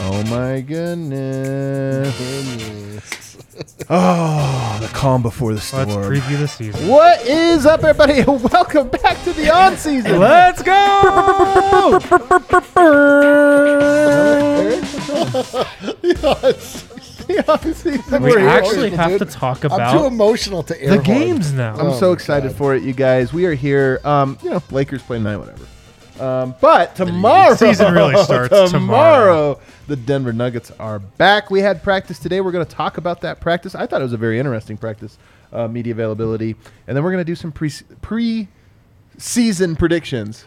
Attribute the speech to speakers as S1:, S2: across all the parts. S1: Oh my goodness. oh, the calm before the storm.
S2: Let's preview the season.
S1: What is up, everybody? Welcome back to the on season.
S2: Let's go!
S1: the on season.
S2: We
S1: We're here.
S2: actually
S3: people,
S2: have to
S3: dude.
S2: talk
S3: I'm too
S2: about
S3: emotional to air
S2: the
S3: horn.
S2: games now.
S1: I'm so excited for it, you guys. We are here. Um, you know, Lakers play tonight, whatever. Um, but tomorrow,
S2: Season really starts
S1: tomorrow,
S2: tomorrow.
S1: The Denver Nuggets are back. We had practice today. We're going to talk about that practice. I thought it was a very interesting practice, uh, media availability, and then we're going to do some pre pre season predictions.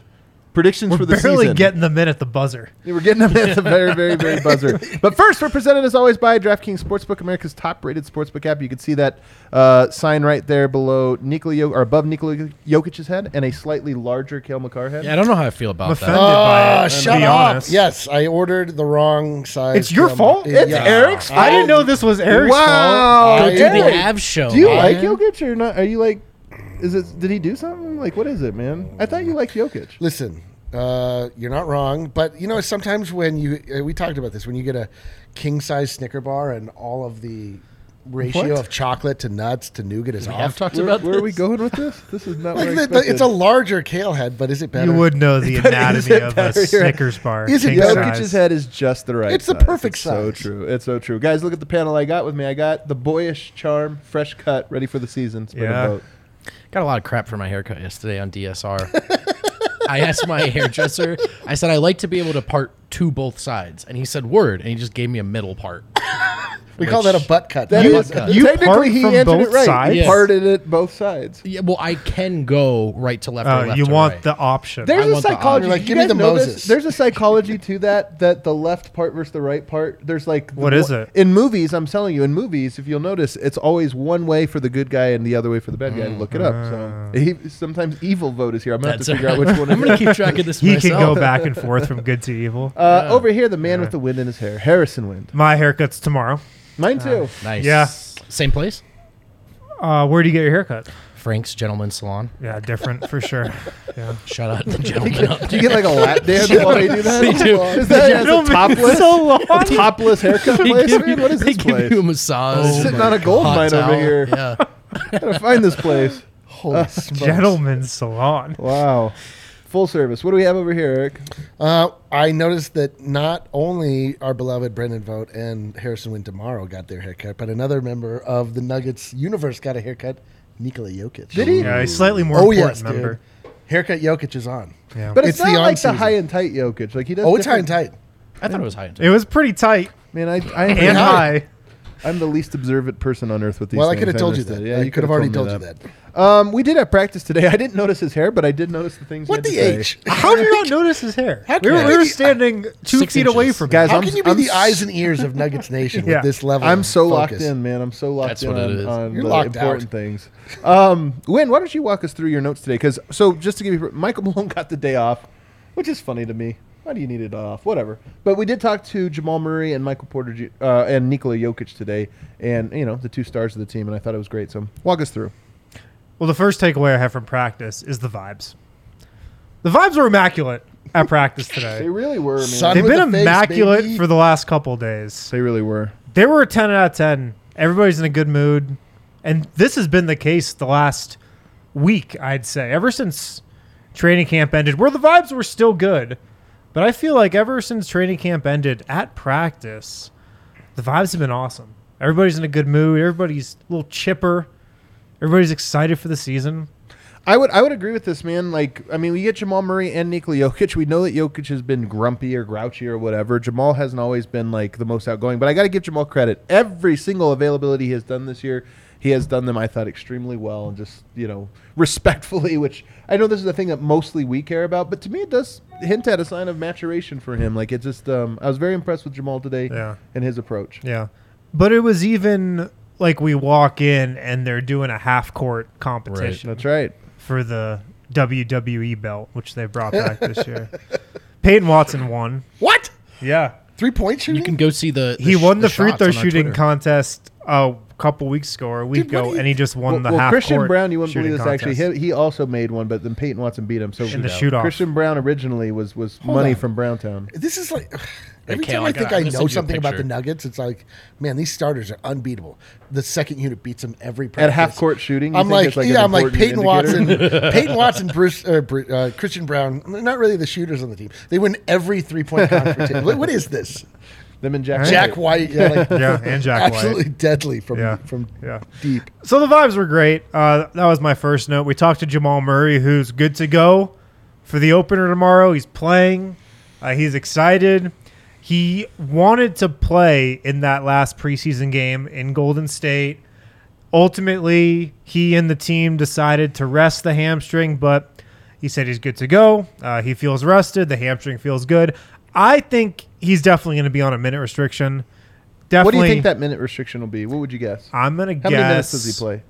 S1: Predictions for the
S2: We're barely
S1: season.
S2: getting them in at the buzzer.
S1: Yeah, We're getting them at the very, very, very buzzer. But first, we're presented as always by DraftKings Sportsbook, America's top-rated sportsbook app. You can see that uh, sign right there below Nikola Jo- or above Nikola Jokic's head and a slightly larger Kale McCarr head.
S4: Yeah, I don't know how I feel
S2: I'm
S4: about
S2: offended
S4: that.
S2: by
S3: Uh,
S2: it.
S3: shut
S2: to be
S3: up.
S2: honest.
S3: Yes, I ordered the wrong size.
S1: It's your
S3: camera.
S1: fault?
S3: Yeah.
S1: It's Eric's
S2: I didn't know this was Eric's
S1: wow!
S3: fault.
S4: Go
S3: I
S4: do the
S1: Eric,
S4: Av show.
S1: do you
S4: man.
S1: like Jokic or not? Are you like? Is it? Did he do something? Like, what is it, man? I thought you liked Jokic.
S3: Listen, uh, you're not wrong, but you know sometimes when you uh, we talked about this when you get a king size Snicker bar and all of the ratio
S1: What?
S3: of chocolate to nuts to nougat is off.
S1: Where, where are we going with this? This is not.
S3: Like,
S1: where I
S3: the- the-
S1: expected.
S3: it's a larger kale head, but is it better?
S2: You would know the anatomy of a
S1: better?
S2: Snickers bar.
S3: Is it
S2: king
S1: Jokic's
S2: size.
S1: head is just the right.
S3: It's the
S1: size.
S3: perfect
S1: It's So
S3: size.
S1: true. It's so true. Guys, look at the panel I got with me. I got the boyish charm, fresh cut, ready for the season. Spin
S2: Yeah.
S1: a vote.
S4: Got a lot of crap for my haircut yesterday on DSR. I asked my hairdresser. I said I like to be able to part to both sides, and he said word, and he just gave me a middle part.
S3: we call that a butt cut.
S1: That
S4: You-
S1: is-
S2: you
S1: technically
S2: part
S1: he
S2: from
S1: answered
S2: both
S1: it right.
S2: sides?
S1: He
S4: Yes.
S1: parted it both sides.
S4: Yeah, well, I can go right to left. or
S2: Oh,
S4: left
S2: you
S4: or
S2: want
S4: right.
S2: the option.
S1: There's
S4: I
S1: a
S4: want the
S1: psychology.
S4: honor.
S1: Like,
S3: Like, give me the Moses.
S1: There's a psychology to that. That the left part versus the right part. There's like
S2: What
S1: the,
S2: is
S1: one-
S2: it?
S1: in movies? I'm telling you, in movies, if you'll notice, it's always one way for the good guy and the other way for the bad guy. Look it up. So he, sometimes evil vote is here. I'm gonna
S4: That's
S1: have to figure out
S4: right.
S1: which one.
S4: I'm
S1: it
S4: gonna
S1: is.
S4: keep track of this
S2: he
S4: myself.
S2: can go back and forth from good to evil.
S1: Uh, Over here, the man with the wind in his hair, Harrison Wind.
S2: My haircut's tomorrow.
S1: Mine
S3: Uh,
S1: too.
S4: Nice.
S2: Yeah.
S4: Same place.
S2: Uh, where do you get your haircut?
S4: Frank's Gentleman's Salon.
S2: Yeah, different for sure. Yeah.
S4: Shout out to the gentleman. up
S1: Do you get like a lap dance while they do that?
S4: They do.
S1: Is that as a topless,
S2: so long.
S1: a topless haircut
S4: there.
S1: place?
S4: They give
S1: man?
S4: you-
S1: What is
S4: they
S1: this
S4: give
S1: place?
S4: you a massage.
S1: Sitting
S4: like
S1: on a gold
S4: hot
S1: mine over
S4: towel.
S1: here.
S4: Yeah.
S1: Gotta find this place.
S3: Holy smokes.
S2: Gentleman's salon.
S1: Wow. Full service. What do we have over here, Eric?
S3: Uh, I noticed that not only our beloved Brendan Vote and Harrison Wynn tomorrow got their haircut, but another member of the Nuggets universe got a haircut, Nikola Jokic.
S1: Did he?
S2: Yeah, a slightly more
S3: Oh,
S2: important
S3: yes,
S2: member.
S3: dude. Haircut Jokic is on.
S2: Yeah.
S1: But it's,
S3: It's the
S1: not like
S3: on-season.
S1: the high and tight Jokic. Like he does.
S3: oh, it's high
S1: different-
S3: and tight.
S4: I thought it was high. and tight.
S2: it was pretty tight
S1: Man, I, I I'm-
S2: and high.
S1: I'm the least observant person on earth with these.
S3: Well, I
S1: things.
S3: could have told you
S1: missed
S3: that.
S1: it.
S3: I could
S1: could've
S3: have already
S1: me
S3: told you that.
S1: Um, we did have practice today. I didn't notice his hair, but I did notice the things. he had
S3: What the
S1: to say.
S3: H?
S2: How do you not notice his hair?
S3: How
S2: we
S3: can
S2: were,
S3: you-
S2: we were standing two
S4: Six
S2: feet away
S4: inches.
S2: from
S1: Guys,
S2: him.
S3: How
S1: I'm-
S3: can you be
S1: I'm
S3: the
S1: s-
S3: eyes and ears of Nuggets Nation
S2: Yeah.
S3: with this level?
S1: I'm
S3: of
S1: so
S3: focus?
S1: locked in, man. I'm so locked
S4: That's
S1: in
S4: what it
S1: on,
S4: is.
S1: on
S3: You're
S1: the
S3: locked
S1: important
S3: out.
S1: things. Um, Win, why don't you walk us through your notes today? Because so just to give you, Michael Malone got the day off, which is funny to me. Why do you need it off? Whatever. But we did talk to Jamal Murray and Michael Porter Ju- uh, and Nikola Jokic today, and you know the two stars of the team, and I thought it was great. So walk us through.
S2: Well, the first takeaway I have from practice is the vibes. The vibes were immaculate at practice
S1: They
S2: today.
S1: really were, man.
S3: Son-
S2: They've
S3: With
S2: been
S3: the face,
S2: immaculate
S3: baby.
S2: for the last couple days.
S1: they really were.
S2: They were a 10 out of 10. Everybody's in a good mood. And this has been the case the last week, I'd say. Ever since training camp ended, where the vibes were still good, but I feel like ever since training camp ended at practice, the vibes have been awesome. Everybody's in a good mood. Everybody's a little chipper. Everybody's excited for the season.
S1: I would I would agree with this man. Like I mean, we get Jamal Murray and Nikola Jokic. We know that Jokic has been grumpy or grouchy or whatever. Jamal hasn't always been like the most outgoing, but I got to give Jamal credit. Every single availability he has done this year, he has done them. I thought extremely well and just you know respectfully. Which I know this is the thing that mostly we care about, but to me it does hint at a sign of maturation for him. Like it just um, I was very impressed with Jamal today
S2: Yeah.
S1: and his approach.
S2: Yeah. But it was even like we walk in and they're doing a half court competition
S1: That's right.
S2: for the WWE belt, which they brought back this year. Peyton Watson won.
S3: What?
S2: Yeah.
S3: Three point shooting?
S4: You can go see the.
S2: He
S4: sh-
S2: won the, free
S4: shots
S2: throw
S4: on our
S2: shooting
S4: Twitter.
S2: contest a couple weeks ago or a week
S3: Dude, what
S2: ago,
S3: do you-
S2: and he just won
S1: Well,
S2: the
S1: well,
S2: half
S1: Christian
S2: court
S1: Brown, you wouldn't
S2: shooting
S1: believe this
S2: contest.
S1: actually. He, he also made one, but then Peyton Watson beat him. So
S2: In the shootout.
S1: Christian Brown originally was was money
S3: on.
S1: from Browntown.
S3: This is like every
S4: Okay,
S3: time
S4: I
S3: I think
S4: gotta-
S3: I
S4: I'm gonna
S3: know
S4: send you a
S3: something about
S4: picture.
S3: the Nuggets, it's like, man, these starters are unbeatable. The second unit beats them every practice.
S1: At half court shooting, you
S3: I'm
S1: think
S3: like,
S1: it's like an
S3: yeah, I'm like
S1: important
S3: Peyton Watson,
S1: indicator?
S3: Peyton Watson, Bruce, uh, Bru- uh, Christian Brown. They're not really the shooters on the team. They win every three point confrontation. what, what is this?
S1: Them and Jack.
S3: Jack White, yeah, like,
S2: Yeah, and Jack White.
S3: absolutely deadly from
S2: Yeah.
S3: from
S2: Yeah.
S3: deep.
S2: So the vibes were great. Uh, that was my first note. We talked to Jamal Murray, who's good to go for the opener tomorrow. He's playing. Uh, he's excited. He wanted to play in that last preseason game in Golden State. Ultimately, he and the team decided to rest the hamstring, but he said he's good to go. Uh, he feels rested. The hamstring feels good. I think he's definitely going to be on a minute restriction.
S1: What do
S2: Definitely.
S1: you think that minute restriction will be? What would you guess? How
S2: I'm going to guess
S1: many minutes does he play?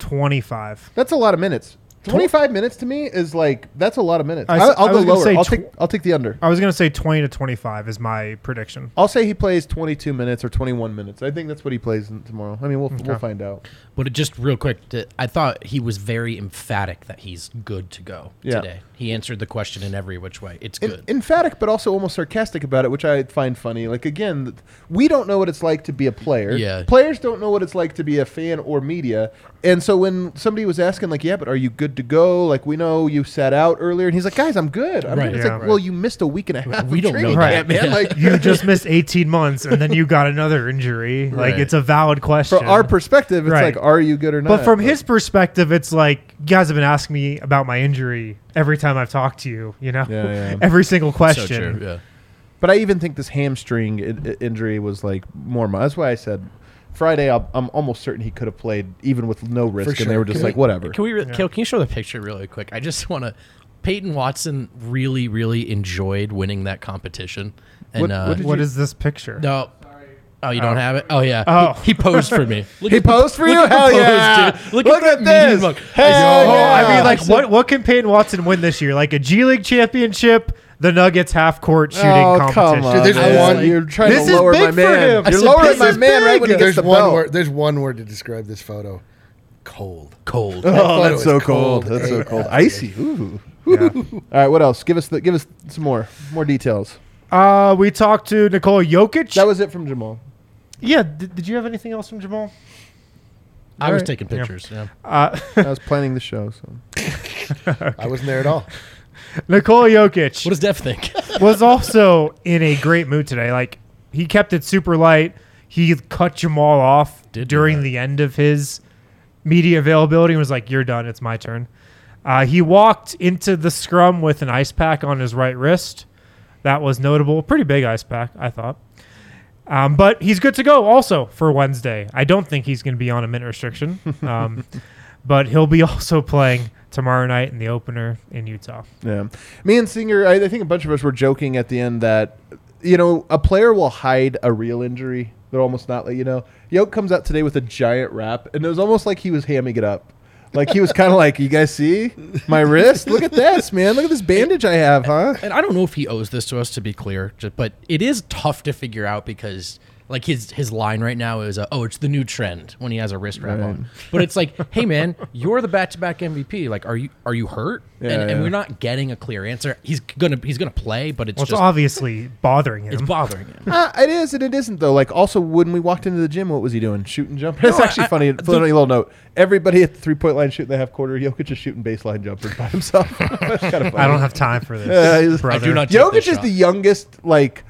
S2: 25.
S1: That's a lot of minutes. Twenty-five minutes to me is like that's a lot of minutes.
S2: I
S1: I,
S2: s-
S1: will
S2: I
S1: go
S2: was gonna
S1: lower.
S2: say
S1: I'll,
S2: tw- Uh,
S1: take, I'll take the under.
S2: I was going to say 20 to 25 is my prediction.
S1: I'll say he plays twenty-two minutes or twenty-one minutes. I think that's what he plays in- tomorrow. I mean, we'll we'll find out.
S4: But it just real quick, to, I thought he was very emphatic that he's good to go
S1: Yeah.
S4: today. He answered the question in every which way. It's
S1: en-
S4: good.
S1: emphatic but also almost sarcastic about it which i find funny like again th- we don't know what it's like to be a player
S4: Yeah.
S1: players don't know what it's like to be a fan or media and so when somebody was asking like yeah but are you good to go like we know you sat out earlier and he's like guys i'm good i'm
S4: Right.
S1: good. it's
S2: Yeah.
S1: like well you missed a week and a half
S4: We
S1: of
S4: don't
S1: training
S4: know that.
S1: camp, man like
S2: You just missed 18 months and then you got another injury. Like,
S4: Right.
S2: it's a valid question.
S1: from our perspective it's
S2: Right.
S1: like are you good or not
S2: but from his perspective, it's like, you guys have been asking me about my injury every time I've talked to you, you know?
S1: Yeah, yeah.
S2: every single
S4: so
S2: question.
S4: true. Yeah.
S1: But I even think this hamstring I- I- injury was like more. mi- That's why I said Friday. I'm, I'm almost certain he could have played even with no risk, and they
S3: sure.
S1: were just
S3: Can
S1: like,
S3: we-
S1: whatever.
S4: Can we, re- Kale, can you show the picture really quick? I just want to. Peyton Watson really, really enjoyed winning that competition. And
S1: What-
S4: uh,
S1: what did
S2: What
S1: you-
S2: is this picture?
S4: no. Oh, you don't have it? Oh, yeah.
S2: Oh.
S4: He, he posed for me. Look
S1: He
S4: at the-
S1: posed for
S4: look
S1: you?
S4: at the
S1: Hell
S4: pose,
S1: yeah.
S4: dude.
S1: Look,
S4: Look,
S1: at,
S4: that mean
S1: this.
S4: look.
S1: Hell
S2: Oh,
S1: yeah.
S2: I mean, like, what, what can Peyton Watson win this year? Like a G League championship, the Dude, Nuggets half court shooting competition.
S3: Dude, there's
S1: Oh, man.
S3: one-
S1: You're trying
S2: This
S1: to
S2: is
S1: lower
S2: big
S1: my
S2: for
S1: man.
S2: him. I
S1: You're
S2: said,
S1: lowering
S2: this
S1: my
S2: is
S1: man right
S2: big.
S1: when he gets
S3: There's
S1: the
S3: one
S1: belt.
S3: word. There's one word to describe this photo. Cold.
S4: Cold.
S1: Oh,
S3: That
S1: that's
S3: photo
S1: so
S3: is
S1: cold.
S3: cold.
S1: That's so
S3: Yeah.
S1: cold. Icy. Ooh.
S2: Yeah.
S1: All right. What else? Give us the give us some more more details.
S2: Uh, we talked to Nicole Jokic.
S1: That was it from Jamal.
S2: yeah. Did, did you have anything else from Jamal?
S4: I was
S2: Alright.
S4: taking pictures. Yeah.
S1: I was planning the show. So
S3: I wasn't there at all.
S2: Nicole Jokic.
S4: What does Def think?
S2: was also in a great mood today. Like he kept it super light. He cut Jamal off
S4: Did do
S2: during
S4: that.
S2: the end of his media availability and was like, "You're done. It's my turn." Uh, he walked into the scrum with an ice pack on his right wrist. That was notable. Pretty big ice pack, I thought. Um, but he's good to go also for Wednesday. I don't think he's going to be on a minute restriction, um, but he'll be also playing tomorrow night in the opener in Utah.
S1: Yeah. Me and Singer, I, I think a bunch of us were joking at the end that, you know, a player will hide a real injury. They're almost not let you know. Yoke comes out today with a giant wrap, and it was almost like he was hamming it up. Like he was kind of like, you guys see my wrist? Look at this, man. Look at this bandage I have, huh?
S4: and I don't know if he owes this to us to be clear, ju- but it is tough to figure out because Like his his line right now is, uh, "Oh, it's the new trend." When he has a wrist wrap on, but it's like, "Hey, man, you're the back-to-back MVP. Like, are you are you hurt?"
S1: Yeah,
S4: and, and
S1: yeah.
S4: we're not getting a clear answer. He's gonna he's gonna play, but it's
S2: Well, it's
S4: just
S2: obviously bothering him.
S4: it's bothering him.
S1: Ah, it is and it isn't though. Like also when we walked into the gym, what was he doing? Shooting jumper. That's
S4: No,
S1: actually
S4: I-
S1: funny.
S4: I-
S1: funny little note. Everybody at the three point line shooting the half quarter. Jokic is shooting baseline jumpers by himself. That's kind of funny.
S2: I don't have time for
S1: Uh,
S2: this.
S1: he's-
S2: brother.
S4: I do not- take
S1: Jokic
S4: this
S1: is
S4: shot.
S1: the youngest. Like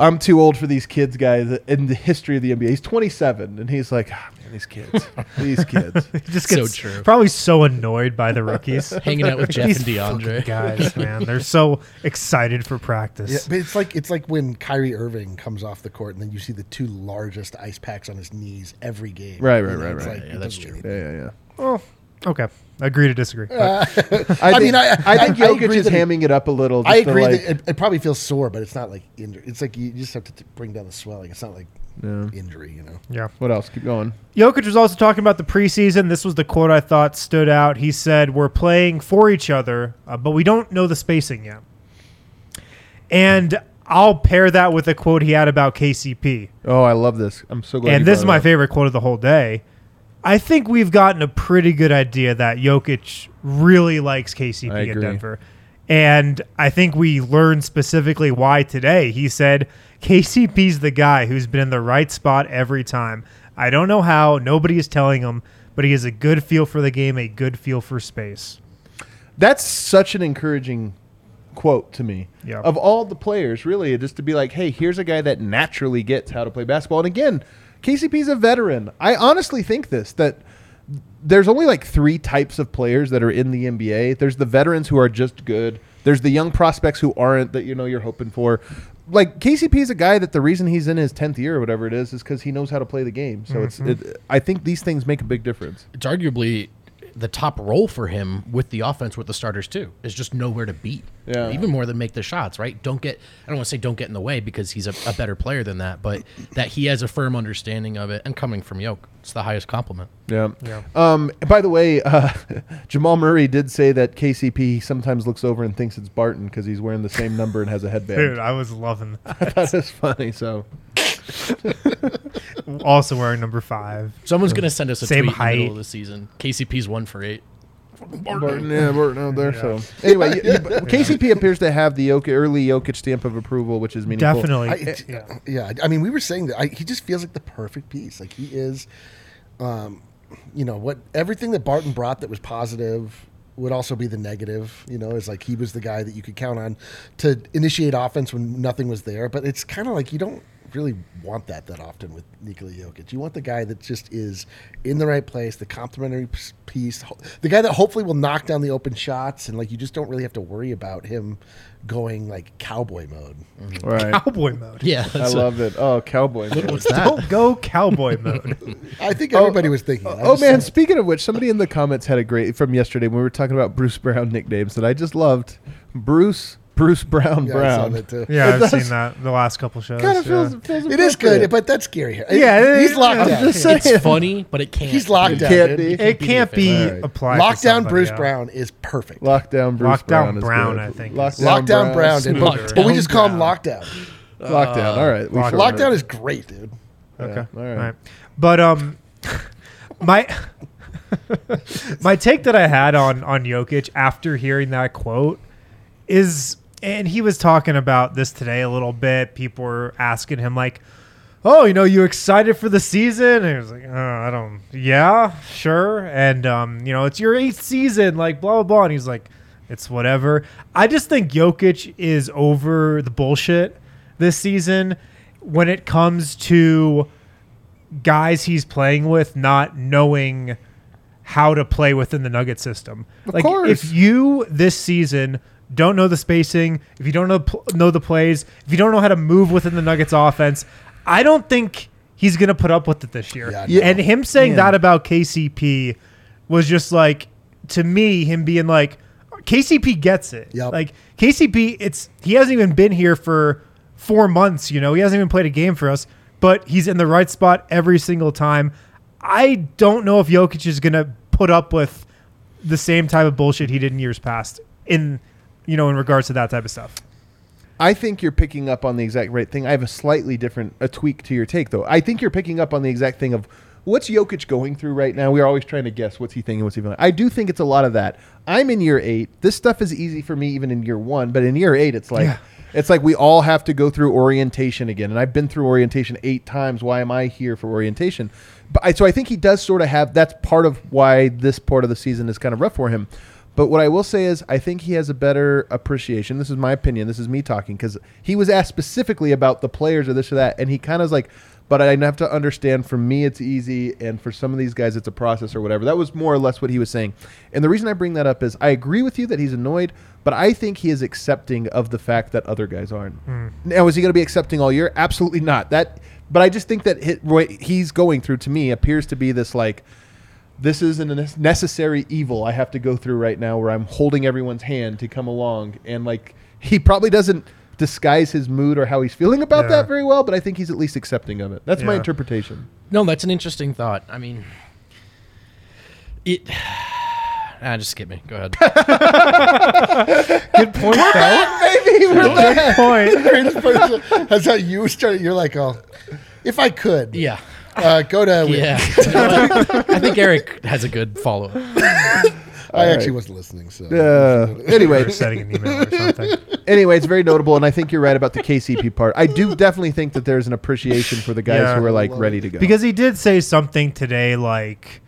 S1: I'm too old for these kids, guys. In the history of the NBA, he's 27, and he's like, ah, man, these kids, these kids.
S2: Just
S4: So
S2: gets
S4: true.
S2: probably so annoyed by the rookies.
S4: Hanging out with Jeff
S2: These
S4: and
S2: fucking
S4: DeAndre.
S2: guys, man, they're so excited for practice.
S3: Yeah, but it's like it's like when Kyrie Irving comes off the court and then you see the two largest ice packs on his knees every game.
S1: Right,
S3: You
S1: right,
S3: know,
S1: right,
S3: it's
S1: right.
S3: like,
S4: Yeah,
S3: it
S4: that's
S3: doesn't
S4: true.
S1: Yeah, yeah, yeah.
S2: Okay, agree to disagree. but
S1: I,
S3: mean, I-
S1: think
S3: I- I
S1: Jokic
S3: agree
S1: is
S3: that he-
S1: hamming it up a little.
S3: I
S1: just to,
S3: agree.
S1: like-
S3: that it, it probably feels sore, but it's not like injury. It's like you just have to t- bring down the swelling. It's not like injury, you know.
S2: yeah.
S1: what else? Keep going.
S2: Jokic was also talking about the preseason. This was the quote I thought stood out. He said, "We're playing for each other, uh, but we don't know the spacing yet." And I'll pair that with a quote he had about KCP.
S1: Oh, I love this. I'm so glad. you
S2: and this is
S1: brought it
S2: my
S1: up.
S2: favorite quote of the whole day. I think we've gotten a pretty good idea that Jokic really likes
S1: I
S2: KCP in
S1: agree.
S2: Denver. And I think we learned specifically why today. He said KCP's the guy who's been in the right spot every time. I don't know how, nobody is telling him, but he has a good feel for the game, a good feel for space.
S1: that's such an encouraging quote to me
S2: Yeah.
S1: of all the players really just to be like hey here's a guy that naturally gets how to play basketball and again kcp's a veteran i honestly think this that there's only like three types of players that are in the nba there's the veterans who are just good there's the young prospects who aren't that you know you're hoping for like KCP is a guy that the reason he's in his 10th year or whatever it is is because he knows how to play the game. So it's it, I think these things make a big difference.
S4: It's arguably the top role for him with the offense with the starters too is just nowhere to beat.
S1: Yeah.
S4: Even more than make the shots, right? Don't get I don't want to say don't get in the way because he's a, a better player than that, but that he has a firm understanding of it and coming from Yoke, it's the highest compliment.
S1: Yeah. Um, by the way, uh, Jamal Murray did say that KCP sometimes looks over and thinks it's Barton because he's wearing the same number and has a
S2: Dude,
S1: headband.
S2: I was loving that.
S1: that is funny. So
S2: also wearing number five.
S4: Someone's gonna send us a
S2: Same
S4: tweet in the
S2: height.
S4: middle of the season. KCP's one for eight.
S1: Barton, yeah, Barton out there. So anyway, you- you- KCP appears to have the Jokic, early Jokic stamp of approval, which is meaningful.
S2: Definitely.
S3: I, yeah. I mean, we were saying that I, he just feels like the perfect piece. Like he is, um, you know, what everything that Barton brought that was positive would also be the negative. You know, is like he was the guy that you could count on to initiate offense when nothing was there. But it's kind of like you don't really want that that often with Nikola Jokic. You want the guy that just is in the right place, the complimentary p- piece, ho- the guy that hopefully will knock down the open shots, and like you just don't really have to worry about him going like cowboy mode.
S1: Right.
S2: Cowboy mode.
S4: Yeah.
S1: I
S4: that's a-
S1: love it. Oh, cowboy. man.
S2: Don't go cowboy mode.
S3: I think everybody was thinking. that. I
S1: Oh
S3: just
S1: man!
S3: said
S1: Speaking of which, somebody in the comments had a great from yesterday when we were talking about Bruce Brown nicknames that I just loved. Bruce Bruce Brown
S3: it. Yeah, I saw
S1: Brown.
S3: that too.
S2: Yeah, I've
S1: does-
S2: seen that the last couple shows.
S1: Kind of
S2: yeah.
S1: feels, feels
S3: It is
S1: appropriate.
S3: good, but that's scary. It-
S2: Yeah,
S3: he's
S2: it-
S3: locked
S2: I'm
S3: down.
S1: just saying.
S4: It's funny, but it can't.
S3: He's locked
S4: be.
S3: down.
S1: can't
S3: dude.
S1: be.
S2: It can't be
S1: Alright.
S2: applied. to
S3: Lockdown
S2: somebody,
S3: Bruce
S2: yeah.
S3: Brown is perfect.
S1: Lockdown Bruce
S2: Lockdown
S1: Brown. is
S2: Brown,
S1: good.
S2: I think.
S3: Lockdown Brown, dude,
S1: Brown.
S3: but, but we just call him Lockdown.
S1: Lockdown. All right. we
S2: Lockdown.
S1: shortened
S3: Lockdown
S1: it.
S3: is great, dude.
S2: Okay.
S1: all right.
S2: All right. But um, my my take that I had on on Jokic after hearing that quote is, and he was talking about this today a little bit. People were asking him like. Oh, you know, you excited for the season? And he was like, oh, I don't, yeah, sure. And, um, you know, it's your eighth season, like, blah, blah, blah. And he's like, it's whatever. I just think Jokic is over the bullshit this season when it comes to guys he's playing with not knowing how to play within the Nugget system. like
S1: course.
S2: if you this season don't know the spacing, if you don't know pl- know the plays, if you don't know how to move within the Nuggets offense, I don't think he's going to put up with it this year.
S3: Yeah, I
S1: Yeah.
S2: And him saying
S1: Man.
S2: that about KCP was just like to me him being like KCP gets it.
S3: Yep.
S2: Like KCP it's he hasn't even been here for 4 months, you know. He hasn't even played a game for us, but he's in the right spot every single time. I don't know if Jokic is going to put up with the same type of bullshit he did in years past in you know in regards to that type of stuff.
S1: I think you're picking up on the exact right thing. I have a slightly different, a tweak to your take, though. I think you're picking up on the exact thing of what's Jokic going through right now. We're always trying to guess what's he thinking, what's he feeling. I do think it's a lot of that. I'm in year eight. This stuff is easy for me even in year one, but in year eight, it's like. It's like we all have to go through orientation again, and I've been through orientation eight times. Why am I here for orientation? But I, so I think he does sort of have. That's part of why this part of the season is kind of rough for him. But what I will say is, I think he has a better appreciation. This is my opinion. This is me talking because he was asked specifically about the players or this or that, and he kind of was like, "But I have to understand. For me, it's easy, and for some of these guys, it's a process or whatever." That was more or less what he was saying. And the reason I bring that up is, I agree with you that he's annoyed, but I think he is accepting of the fact that other guys aren't. Now, is he going to be accepting all year? Absolutely not. That. But I just think that hit, what he's going through to me appears to be this like this is a nes- necessary evil I have to go through right now where I'm holding everyone's hand to come along. And like, he probably doesn't disguise his mood or how he's feeling about
S2: Yeah.
S1: that very well, but I think he's at least accepting of it. That's my
S2: Yeah.
S1: interpretation.
S4: No, that's an interesting thought. I mean, it. Ah, just skip me. Go ahead.
S2: Good point. Fal.
S1: Maybe we're
S2: Good point.
S3: Greatest person. That's how you started. You're like, oh, if I could,
S4: yeah.
S3: uh, go to.
S4: Yeah. You know what? I think Eric has a good follow up.
S3: I
S1: All
S3: actually
S1: right.
S3: wasn't listening. So
S1: Uh, anyway,
S2: Or sending an email or something.
S1: anyway, it's very notable, and I think you're right about the KCP part. I do definitely think that there's an appreciation for the guys
S2: Yeah.
S1: who are like ready to go.
S2: Because he did say something today like,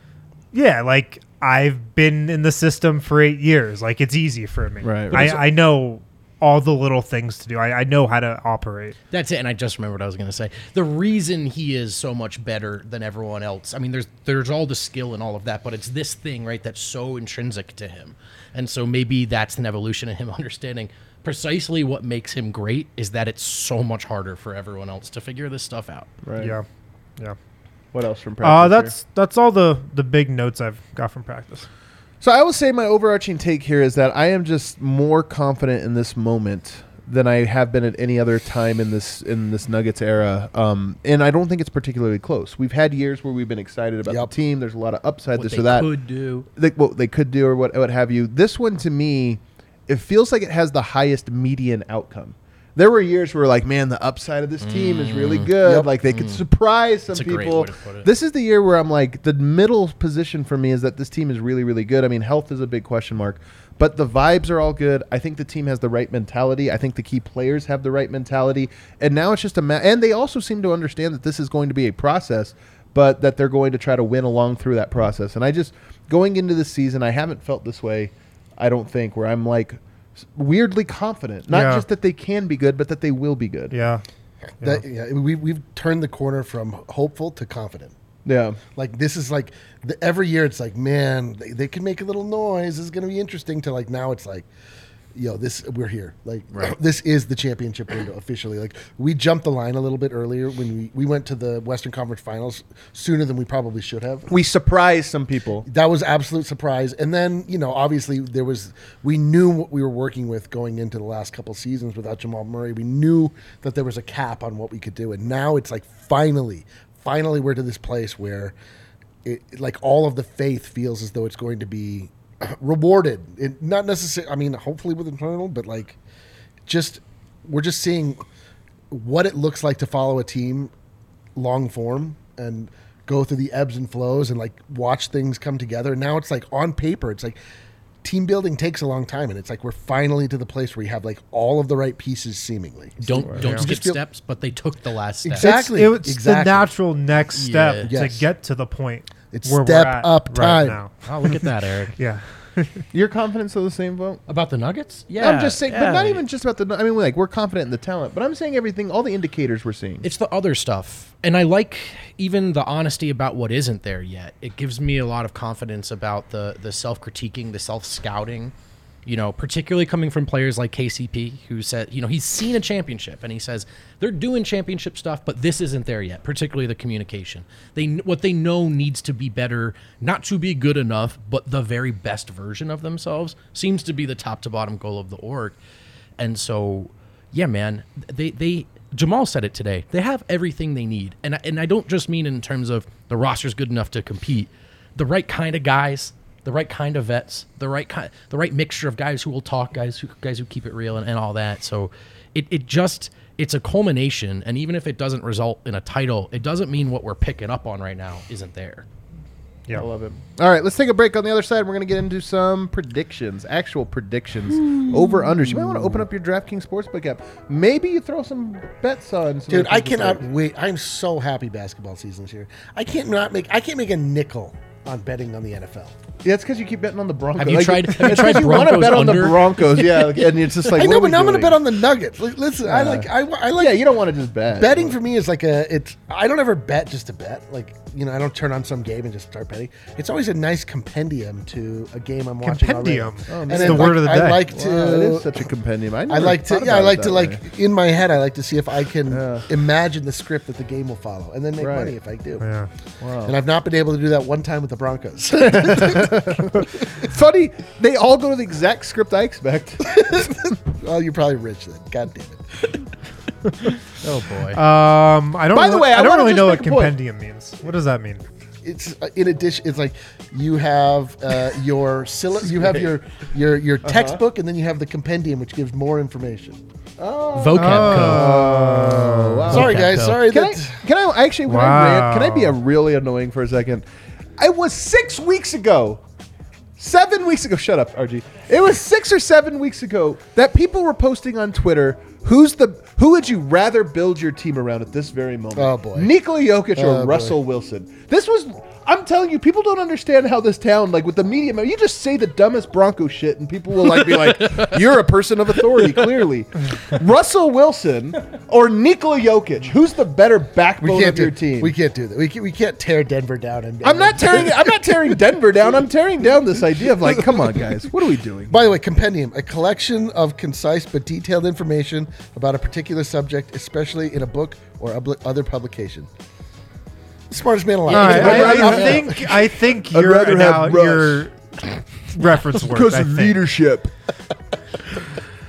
S2: yeah, like I've been in the system for eight years. Like it's easy for me.
S1: Right.
S2: I, I know all the little things to do. I, I know how to operate.
S4: That's it. And I just remembered what I was going to say. The reason he is so much better than everyone else. I mean, there's there's all the skill and all of that, but it's this thing, right, that's so intrinsic to him. And so maybe that's an evolution in him understanding precisely what makes him great is that it's so much harder for everyone else to figure this stuff out.
S1: right.
S2: Yeah. Yeah.
S1: What else from practice?
S2: Uh,
S1: here?
S2: that's that's all the the big notes I've got from practice.
S1: So I will say my overarching take here is that I am just more confident in this moment than I have been at any other time in this in this Nuggets era, um, and I don't think it's particularly close. We've had years where we've been excited about
S3: Yep.
S1: the team. There's a lot of upside,
S4: What
S1: this
S4: they
S1: or that
S4: could do.
S1: like what they could do or what what have you. This one to me, it feels like it has the highest median outcome. There were years where like, man, the upside of this team is really good.
S3: Yep.
S1: Like they could surprise some
S4: Mm. That's a great
S1: people.
S4: way to put it.
S1: This is the year where I'm like, the middle position for me is that this team is really, really good. I mean, health is a big question mark. But the vibes are all good. I think the team has the right mentality. I think the key players have the right mentality. And now it's just a ma- and they also seem to understand that this is going to be a process but that they're going to try to win along through that process. And I just going into this season, I haven't felt this way. I don't think where I'm like s- weirdly confident, not
S2: Yeah.
S1: just that they can be good, but that they will be good.
S2: Yeah.
S3: that, yeah, we, we've turned the corner from hopeful to confident.
S1: Yeah.
S3: Like this is like the, every year it's like man they, they can make a little noise it's going to be interesting to like now it's like yo this we're here like this is the championship window officially like we jumped the line a little bit earlier when we, we went to the Western Conference Finals sooner than we probably should have
S1: We surprise some people.
S3: that was absolute surprise and then you know obviously there was we knew what we were working with going into the last couple seasons without Jamal Murray we knew that there was a cap on what we could do and now it's like finally finally we're to this place where it like all of the faith feels as though it's going to be rewarded it, not necessarily i mean hopefully with internal but like just we're just seeing what it looks like to follow a team long form and go through the ebbs and flows and like watch things come together. Now it's like on paper, it's like team building takes a long time, and it's like we're finally to the place where you have like all of the right pieces seemingly.
S4: Don't don't skip
S3: Just feel-
S4: steps, but they took the last step.
S3: Exact- Exactly,
S2: It's, it was- it's
S3: exactly.
S2: the natural next step
S4: Yeah.
S2: to
S3: Yes.
S2: get to the point
S3: It's
S2: where
S3: step
S2: we're at
S3: up
S2: right
S3: time.
S2: now.
S4: Oh, look at that, Eric.
S2: Yeah.
S1: Your confidence of the same vote.
S4: About the Nuggets? Yeah.
S1: I'm just saying, but
S4: yeah.
S1: not even just about the. I mean, like we're confident in the talent, but I'm saying everything, all the indicators we're seeing.
S4: It's the other stuff. And I like even the honesty about what isn't there yet. It gives me a lot of confidence about the the self-critiquing, the self-scouting, you know, particularly coming from players like KCP who said, you know, he's seen a championship and he says they're doing championship stuff, but this isn't there yet, particularly the communication. They kn- what they know needs to be better, not to be good enough, but the very best version of themselves seems to be the top to bottom goal of the org. And so, yeah, man, they they Jamal said it today. They have everything they need, and I, and I don't just mean in terms of the roster's good enough to compete. The right kind of guys, the right kind of vets, the right kind, the right mixture of guys who will talk, guys who guys who keep it real, and, and all that. So it, it just it's a culmination and even if it doesn't result in a title it doesn't mean what we're picking up on right now isn't there
S2: Yeah.
S1: I love it. All right, let's take a break. On the other side, we're going to get into some predictions, actual predictions,
S4: Hmm.
S1: over unders. You might want to open up your DraftKings sportsbook app. Maybe you throw some bets on. Some
S3: Dude, I
S1: of the things
S3: cannot
S1: that-
S3: wait. I'm so happy basketball season's here. I can't not make. I can't make a nickel on betting on the NFL.
S1: Yeah, it's because you keep betting on the Broncos.
S4: Have you
S1: Like,
S4: tried- have you
S1: it's 'cause
S4: tried
S1: wanna
S4: Broncos
S1: bet on the
S4: under?
S1: Broncos? Yeah, like, and it's just like
S3: I know,
S1: what are
S3: but
S1: we
S3: now I'm going to
S1: doing? Uh,
S3: bet on the Nuggets. Like, listen, I like. I, I like.
S1: Yeah, you don't want to just bet.
S3: Betting for me is like a it's I don't ever bet just to bet. Like, you know, I don't turn on some game and just start betting. It's always a nice compendium to a game I'm watching. already.
S2: Compendium. Oh,
S3: and
S2: that's
S3: then,
S2: the word
S3: like,
S2: of the
S3: I
S2: day.
S3: like to
S1: Wow, it is such a compendium. I,
S3: I
S1: never
S3: like to
S1: thought
S3: yeah, I
S1: about it
S3: like
S1: that
S3: to like
S1: way.
S3: in my head I like to see if I can
S1: Yeah.
S3: imagine the script that the game will follow and then make
S1: Right.
S3: money if I do.
S2: Yeah.
S3: And I've not been able to do that one time with the Broncos.
S1: Funny, they all go to the exact script I expect.
S3: well, you're probably rich then. God damn it.
S4: oh boy
S3: Uh,
S2: Um, I don't.
S1: By the
S2: really-
S1: way, I
S2: I don't
S1: wanna
S2: really
S1: just
S2: know
S1: make
S2: what
S1: a point.
S2: compendium means. What does that mean?
S3: It's uh, in addition. It's like you have uh, your sylla- you have your your your textbook, and then you have the compendium, which gives more information.
S4: vocab
S3: uh,
S4: code
S1: Oh, wow.
S3: Sorry,
S4: Okay,
S3: guys.
S4: so-
S3: Sorry.
S1: Can I,
S3: that,
S1: can I actually, can, I rant, can I be
S2: Wow.
S1: a really annoying for a second? It was six weeks ago, seven weeks ago. Shut up, RG. It was six or seven weeks ago that people were posting on Twitter. Who's the who would you rather build your team around at this very moment?
S3: Oh, boy.
S1: Nikola Jokic
S3: Oh,
S1: or
S3: boy.
S1: Russell Wilson. This was I'm telling you, people don't understand how this town, like with the media, man, you just say the dumbest Bronco shit and people will like be like, You're a person of authority, clearly. Russell Wilson or Nikola Jokic, who's the better backbone
S3: we can't
S1: of
S3: do
S1: your team?
S3: We can't do that. We can't, we can't tear Denver down. And,
S1: I'm not tearing I'm not tearing Denver down. I'm tearing down this idea of like, come on guys, what are we doing?
S3: By the way, compendium, a collection of concise but detailed information about a particular subject, especially in a book or a bl- other publication. Smartest man alive.
S2: All right,
S1: I'd
S2: I, I
S1: rather have-
S2: think I think
S1: I'd
S2: your
S1: rather have
S2: anal-
S1: Rush.
S2: your reference work
S1: Because of leadership.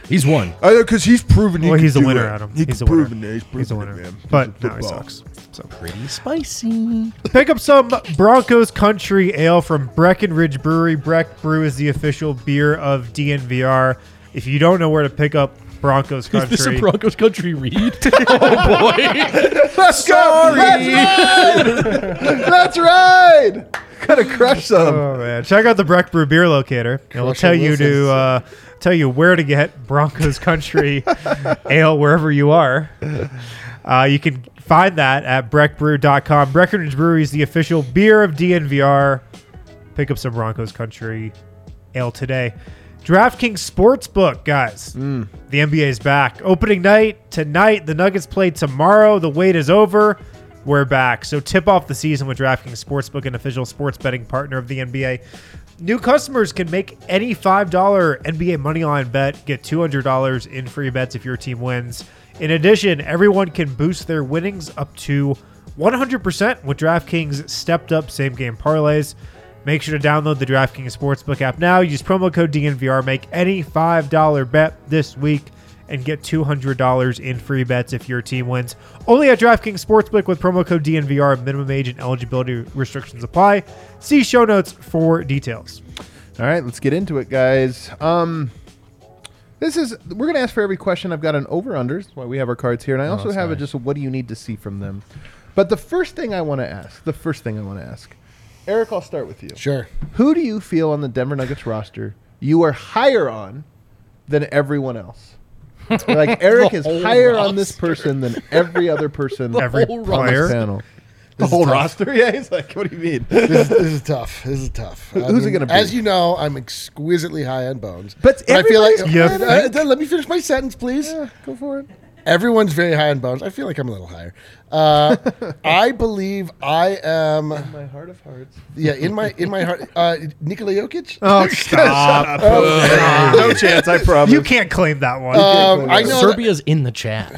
S4: he's one
S1: Either because he's proven he
S2: Well,
S1: can
S2: he's a
S1: do
S2: winner,
S1: it.
S2: Adam.
S1: He
S2: he's
S1: can
S2: a winner.
S1: proven it. He's,
S2: a
S1: proven it,
S2: winner.
S1: man. He's a
S2: But now he
S1: football.
S2: sucks. So
S4: pretty spicy
S2: pick up some Broncos Country Ale from Breckenridge Brewery. Breck Brew is the official beer of DNVR. If you don't know where to pick up Broncos
S4: is this a
S2: Country,
S4: broncos country read oh boy
S1: Let's go! Let's ride! Let's ride! Gotta crush them.
S2: oh man, check out the Breck Brew beer locator. It will
S3: Russell
S2: tell you
S3: Wilson's-
S2: to uh, tell you where to get Broncos Country Ale wherever you are. Uh, you can find that at breckbrew.com. Breckenridge Brewery is the official beer of DNVR. Pick up some Broncos Country ale today. DraftKings Sportsbook, guys. The NBA's back. Opening night tonight. The Nuggets play tomorrow. The wait is over. We're back. So tip off the season with DraftKings Sportsbook, an official sports betting partner of the NBA. New customers can make any $5 NBA moneyline bet, get $200 in free bets if your team wins. In addition, everyone can boost their winnings up to 100% with DraftKings stepped up same game parlays. Make sure to download the DraftKings Sportsbook app now. Use promo code DNVR. Make any $5 bet this week and get $200 in free bets if your team wins. Only at DraftKings Sportsbook with promo code DNVR. Minimum age and eligibility restrictions apply. See show notes for details.
S1: All right, let's get into it, guys. Um, this is we're gonna ask for every question. I've got an over under. That's why we have our cards here, and I
S2: Oh,
S1: also
S4: that's
S1: have a
S4: nice.
S1: just a what do you need to see from them. But the first thing I want to ask, the first thing I want to ask, Eric, I'll start with you.
S3: Sure.
S1: Who do you feel on the Denver Nuggets roster you are higher on than everyone else? Like Eric
S4: The
S1: is
S4: whole
S1: higher on this
S4: roster.
S1: person than every other person
S2: Every
S4: whole
S1: on
S2: player.
S1: this panel. The whole roster? Yeah, he's like, what do you mean?
S3: This is, this is tough. This is tough. I
S1: Who's it gonna be?
S3: As you know, I'm exquisitely high on bones.
S1: But
S3: I feel like
S1: everybody's
S2: high on-
S3: Uh, uh, let me finish my sentence, please.
S1: Yeah, go for it.
S3: Everyone's very high on bones. I feel like I'm a little higher. Uh, I believe I am.
S1: My heart of hearts.
S3: Yeah, in my in my heart, uh, Nikola Jokic.
S2: Oh, stop.
S4: Oh,
S3: Oh,
S1: no chance, I promise.
S2: You can't claim that one.
S3: Um, I know. that-
S4: serbia's in the chat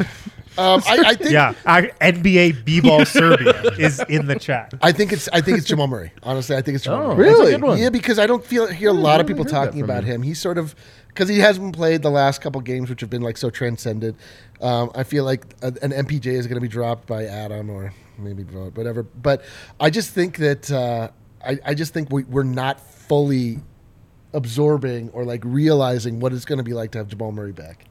S3: um, I, I think.
S2: yeah. I, NBA B ball Serbia is in the chat.
S3: I think it's I think it's Jamal Murray. Honestly, I think it's Jamal
S1: Oh,
S3: Murray.
S1: that's a good one.
S3: Yeah, because I don't feel hear a lot of
S1: really
S3: people
S1: heard that
S3: talking
S1: from
S3: about
S1: you.
S3: him. He's sort of because he hasn't played the last couple games, which have been like so transcendent. Um, I feel like a, an MPJ is going to be dropped by Adam or maybe vote whatever. But I just think that uh, I, I just think we, we're not fully absorbing or like realizing what it's going to be like to have Jamal Murray back.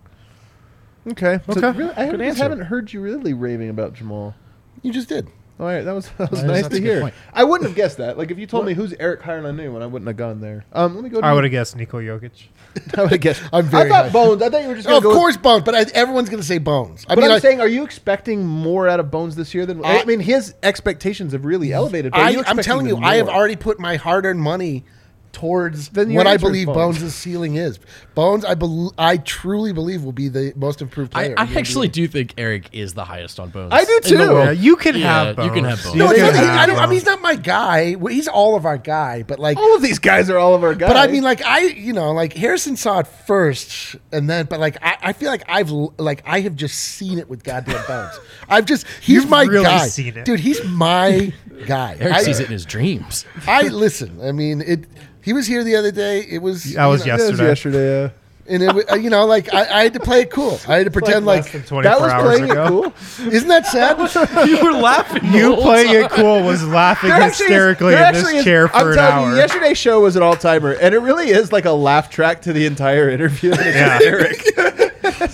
S1: Okay. So
S2: Okay.
S1: really, I haven't,
S4: answer.
S1: haven't heard you really raving about Jamal.
S3: You just did.
S1: All right, that was that was
S4: That is-
S1: nice
S4: that's
S1: to
S4: a good
S1: hear.
S4: point.
S1: I wouldn't have guessed that. Like if you told me who's Eric Hireland Newman, I wouldn't have gone there. Um, let me go. To
S2: I would have guessed Niko Jokic.
S1: I would have guessed.
S3: I'm
S1: I
S3: very
S1: thought
S3: high.
S1: Bones. I thought you were just. Gonna
S3: of
S1: go with-
S3: course, Bones. But I, everyone's going to say Bones. I
S1: but
S3: mean,
S1: I'm
S3: I-
S1: saying, are you expecting more out of Bones this year than? I,
S3: I-
S1: mean, his expectations have really elevated. but are you
S3: I, I'm
S1: expecting
S3: telling you,
S1: them
S3: I have
S1: more?
S3: already put my hard-earned money towards
S1: Then your
S3: what I
S1: answer is
S3: believe
S1: Bones.
S3: Bones. ceiling is. Bones, I bel I truly believe will be the most
S4: I,
S3: improved player.
S4: I actually do think Eric is the highest on bones.
S1: I do
S4: in the
S1: too.
S4: world.
S2: Yeah, you can
S4: Yeah,
S2: have
S4: you
S2: both.
S4: can have both.
S2: You
S3: No, it's
S2: can
S3: not that he-
S2: have
S3: I, don't, I
S2: both.
S3: mean, he's not my guy. Well, He's all of our guy, but like,
S1: All of these guys are all of our guys.
S3: but I mean, like, I, you know, like Harrison saw it first, and then, but like, I, I feel like I've, l- like, I have just seen it with goddamn Bones. I've just, he's
S2: You've
S3: my
S2: really
S3: guy,
S2: seen it.
S3: dude. He's my guy.
S4: Eric
S3: I,
S4: sees it in his dreams.
S3: I listen. I mean, it. He was here the other day. It was
S2: That was
S3: you know,
S1: That was
S2: yesterday.
S1: yesterday. yeah.
S3: and it, wa- uh, you know, like I, I had to play it cool. I had to pretend
S2: Less
S3: like,
S2: than 24
S1: That was
S2: hours
S1: playing
S2: ago.
S1: it cool.
S3: isn't that sad?
S4: you were laughing.
S2: You playing it cool was laughing
S1: There actually is-
S2: hysterically
S1: there
S2: in
S1: actually
S2: this
S1: is-
S2: chair for
S1: I'm
S2: an
S1: telling
S2: hour.
S1: You, yesterday's show was an all timer, and it really is like a laugh track to the entire interview. And it's
S2: Yeah.
S1: just Eric. It's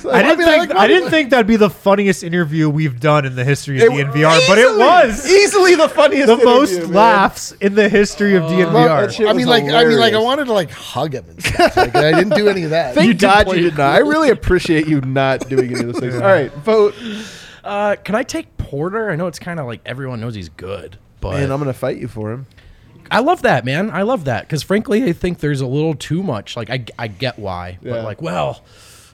S1: like-
S2: I didn't
S3: mean, I
S2: think
S3: like-
S2: I didn't think that'd be the funniest interview we've done in the history of
S1: It-
S2: DNVR, but it
S1: easily-
S2: was
S1: easily the funniest,
S2: the most
S1: interview, man.
S2: laughs in the history of
S1: that
S2: DNVR.
S1: shit
S3: I
S1: was
S3: mean, like I mean, like I
S1: hilarious.
S3: wanted to like hug him and stuff. Like, I didn't do any of that.
S1: Thank
S4: You did
S1: God
S4: play
S1: you
S4: it
S1: did not. I really appreciate you not doing any of those things. All right, vote.
S4: Uh, can I take Porter? I know it's kind of like everyone knows he's good, but
S1: And I'm gonna fight you for him.
S4: I love that, man. I love that because frankly, I think there's a little too much. Like I, I get why,
S1: Yeah.
S4: but like, well,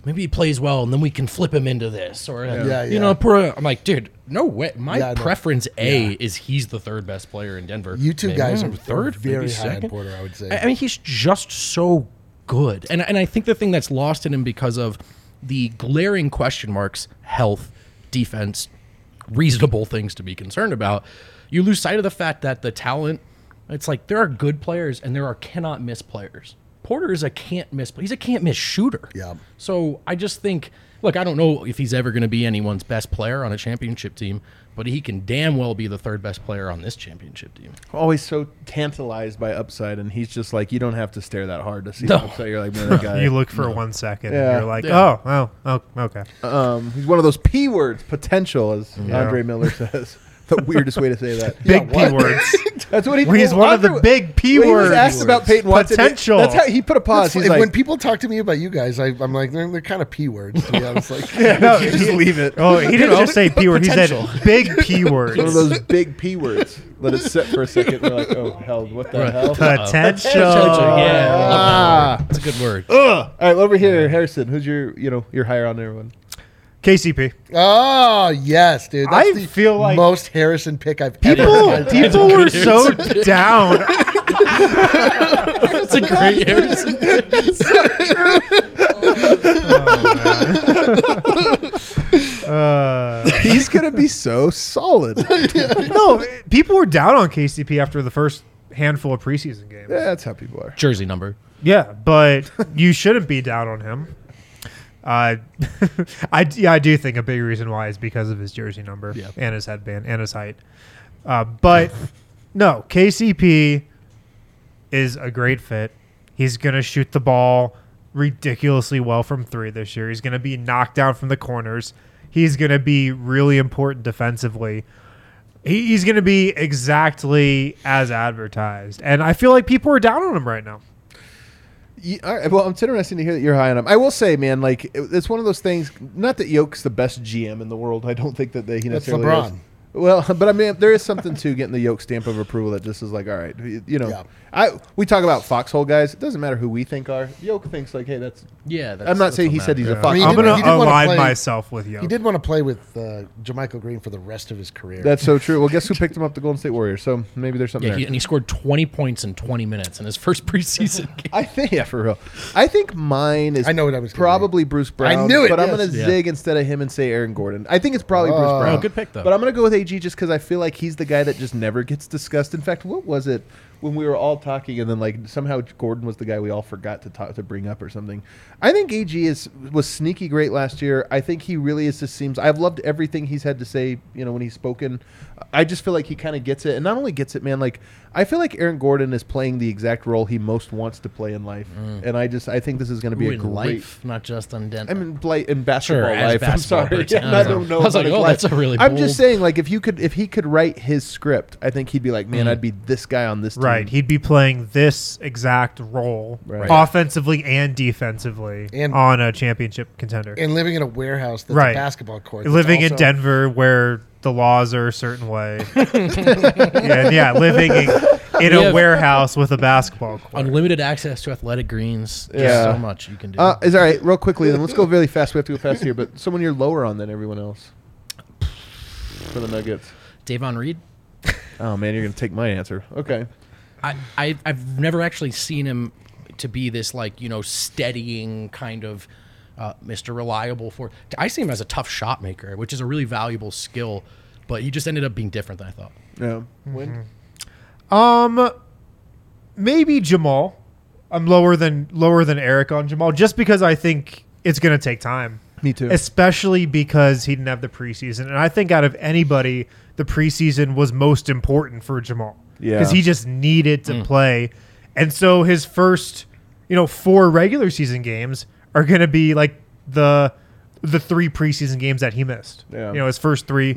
S4: maybe he plays well, and then we can flip him into this, or uh,
S3: Yeah,
S4: you
S3: yeah.
S4: know, poor, I'm like, dude, no way. My
S3: Yeah, I know.
S4: preference A is he's the third best player in Denver.
S3: You two
S4: Maybe
S3: guys are
S4: I'm
S3: third, very
S4: maybe
S3: high on
S4: second.
S3: Porter. I would say.
S4: I, I mean, he's just so good, and and I think the thing that's lost in him because of the glaring question marks, health, defense, reasonable things to be concerned about. You lose sight of the fact that the talent. It's like there are good players and there are cannot miss players. Porter is a can't miss. He's a can't miss shooter.
S3: Yeah.
S4: So I just think, look, I don't know if he's ever going to be anyone's best player on a championship team, but he can damn well be the third best player on this championship team.
S1: Always so tantalized by upside, and he's just like, you don't have to stare that hard to see
S4: No.
S1: upside. You're like, man, that guy.
S2: You look for one second
S1: Yeah.
S2: and you're like,
S4: Yeah.
S2: oh, oh, oh, okay.
S1: um, he's one of those p words, potential, as Andre Miller says. the weirdest way to say that.
S2: Big P
S3: what?
S2: words.
S1: That's what he.
S2: Well, he's one of the big P
S1: when He was
S2: words.
S1: asked about Peyton Watson.
S2: Potential.
S1: That's how he put a pause.
S3: It's
S1: He's
S3: like-
S1: like,
S3: when people talk to me about you guys, I, I'm like they're, they're kind of p words. To be honest, like
S2: No,
S1: you just
S2: he-
S1: leave it.
S2: Oh, he didn't just say P word. He said big P words.
S1: One of those big p words. Let it sit for a second. We're like, oh hell, what the hell?
S2: Potential.
S4: yeah.
S1: Ah.
S4: That's a good word.
S1: All right, over here, Harrison. Who's your, you know, your higher on everyone?
S2: KCP.
S3: oh yes, dude. That's
S2: I
S3: the
S2: feel like-
S3: most Harrison pick I've ever.
S2: People, people were so down.
S4: That's a great Harrison.
S2: Uh,
S1: He's gonna be so solid.
S2: no, people were down on KCP after the first handful of preseason games.
S1: Yeah, that's how people are.
S4: Jersey number.
S2: Yeah, but you shouldn't be down on him. Uh, I yeah, I do think a big reason why is because of his jersey number
S4: Yeah.
S2: and his headband and his height. Uh, but no, KCP is a great fit. He's gonna shoot the ball ridiculously well from three this year. He's gonna be knocked down from the corners. He's gonna be really important defensively. He, he's gonna be exactly as advertised, and I feel like people are down on him right now.
S1: Ye- all right, well, it's interesting to hear that you're high on him. I will say, man, like it- it's one of those things. Not that Yoke's the best GM in the world. I don't think that they, he
S3: That's
S1: necessarily
S3: LeBron.
S1: is. Well, but I mean, there is something to getting the Yoke stamp of approval that just is like, all right, you you know,
S3: Yeah.
S1: I we talk about foxhole guys. It doesn't matter who we think are. Yoke thinks like, hey, that's.
S4: Yeah, that's,
S1: I'm not saying he said he's a fox.
S3: I mean, he
S2: I'm
S3: did-
S2: gonna
S3: he did wanna
S2: align
S3: play-
S2: myself with you.
S3: He did want to play with uh, Jermichael Green for the rest of his career.
S1: That's so true. Well, guess who picked him up? The Golden State Warriors. So maybe there's something
S4: Yeah,
S1: there.
S4: he, and he scored 20 points in 20 minutes in his first preseason game.
S1: I think yeah, for real. I think mine is.
S3: I know what I was gonna
S1: Probably Bruce Brown.
S3: I knew it,
S1: But I'm
S3: yes.
S1: gonna
S4: Yeah.
S1: zig instead of him and say Aaron Gordon. I think it's probably Bruce Brown.
S4: good pick, though.
S1: But I'm gonna go with AG just because I feel like he's the guy that just never gets discussed. In fact, what was it? when we were all talking, and then like somehow Gordon was the guy we all forgot to talk to bring up or something. I think AG is was sneaky great last year. I think he really is. Just seems I've loved everything he's had to say. You know when he's spoken, I just feel like he kind of gets it, and not only gets it, man. Like I feel like Aaron Gordon is playing the exact role he most wants to play in life, and I just I think this is going to be
S4: Mm. Ooh,
S1: a
S4: in
S1: great.
S4: life, not just on Denver.
S1: I mean, play in basketball
S4: as
S1: life.
S4: basketball
S1: I'm sorry,
S4: person.
S1: I don't know.
S4: I was
S1: about
S4: like,
S1: his
S4: oh,
S1: life.
S4: that's a really
S1: I'm just
S4: bold-
S1: saying, like, if you could, if he could write his script, I think he'd be like,
S4: Mm.
S1: man, I'd be this guy on this team.
S2: Right. He'd be playing this exact role
S1: Right.
S2: offensively and defensively
S3: And-
S2: on a championship contender.
S3: and living in a warehouse that's
S2: Right.
S3: a basketball court. that's
S2: living in
S3: also-
S2: Denver where the laws are a certain way. yeah, yeah, living in, in
S4: We
S2: a
S4: have-
S2: warehouse with a basketball court.
S4: Unlimited access to athletic greens. There's
S1: Yeah.
S4: so much you can do.
S1: Uh, is all right. Real quickly, then let's go really fast. We have to go fast here, but someone you're lower on than everyone else for the Nuggets.
S4: Davon Reed.
S1: Oh man, you're gonna take my answer. Okay.
S4: I, I I've never actually seen him to be this like you know steadying kind of uh, Mr. Reliable for. I see him as a tough shot maker, which is a really valuable skill, but he just ended up being different than I thought.
S1: Yeah. When?
S2: Um, maybe Jamal. I'm lower than lower than Eric on Jamal just because I think it's going to take time.
S1: Me too.
S2: Especially because he didn't have the preseason, and I think out of anybody, the preseason was most important for Jamal.
S1: Yeah.
S2: because he just needed to play, and so his first, you know, four regular season games are going to be like the the three preseason games that he missed.
S1: Yeah.
S2: You know, his first three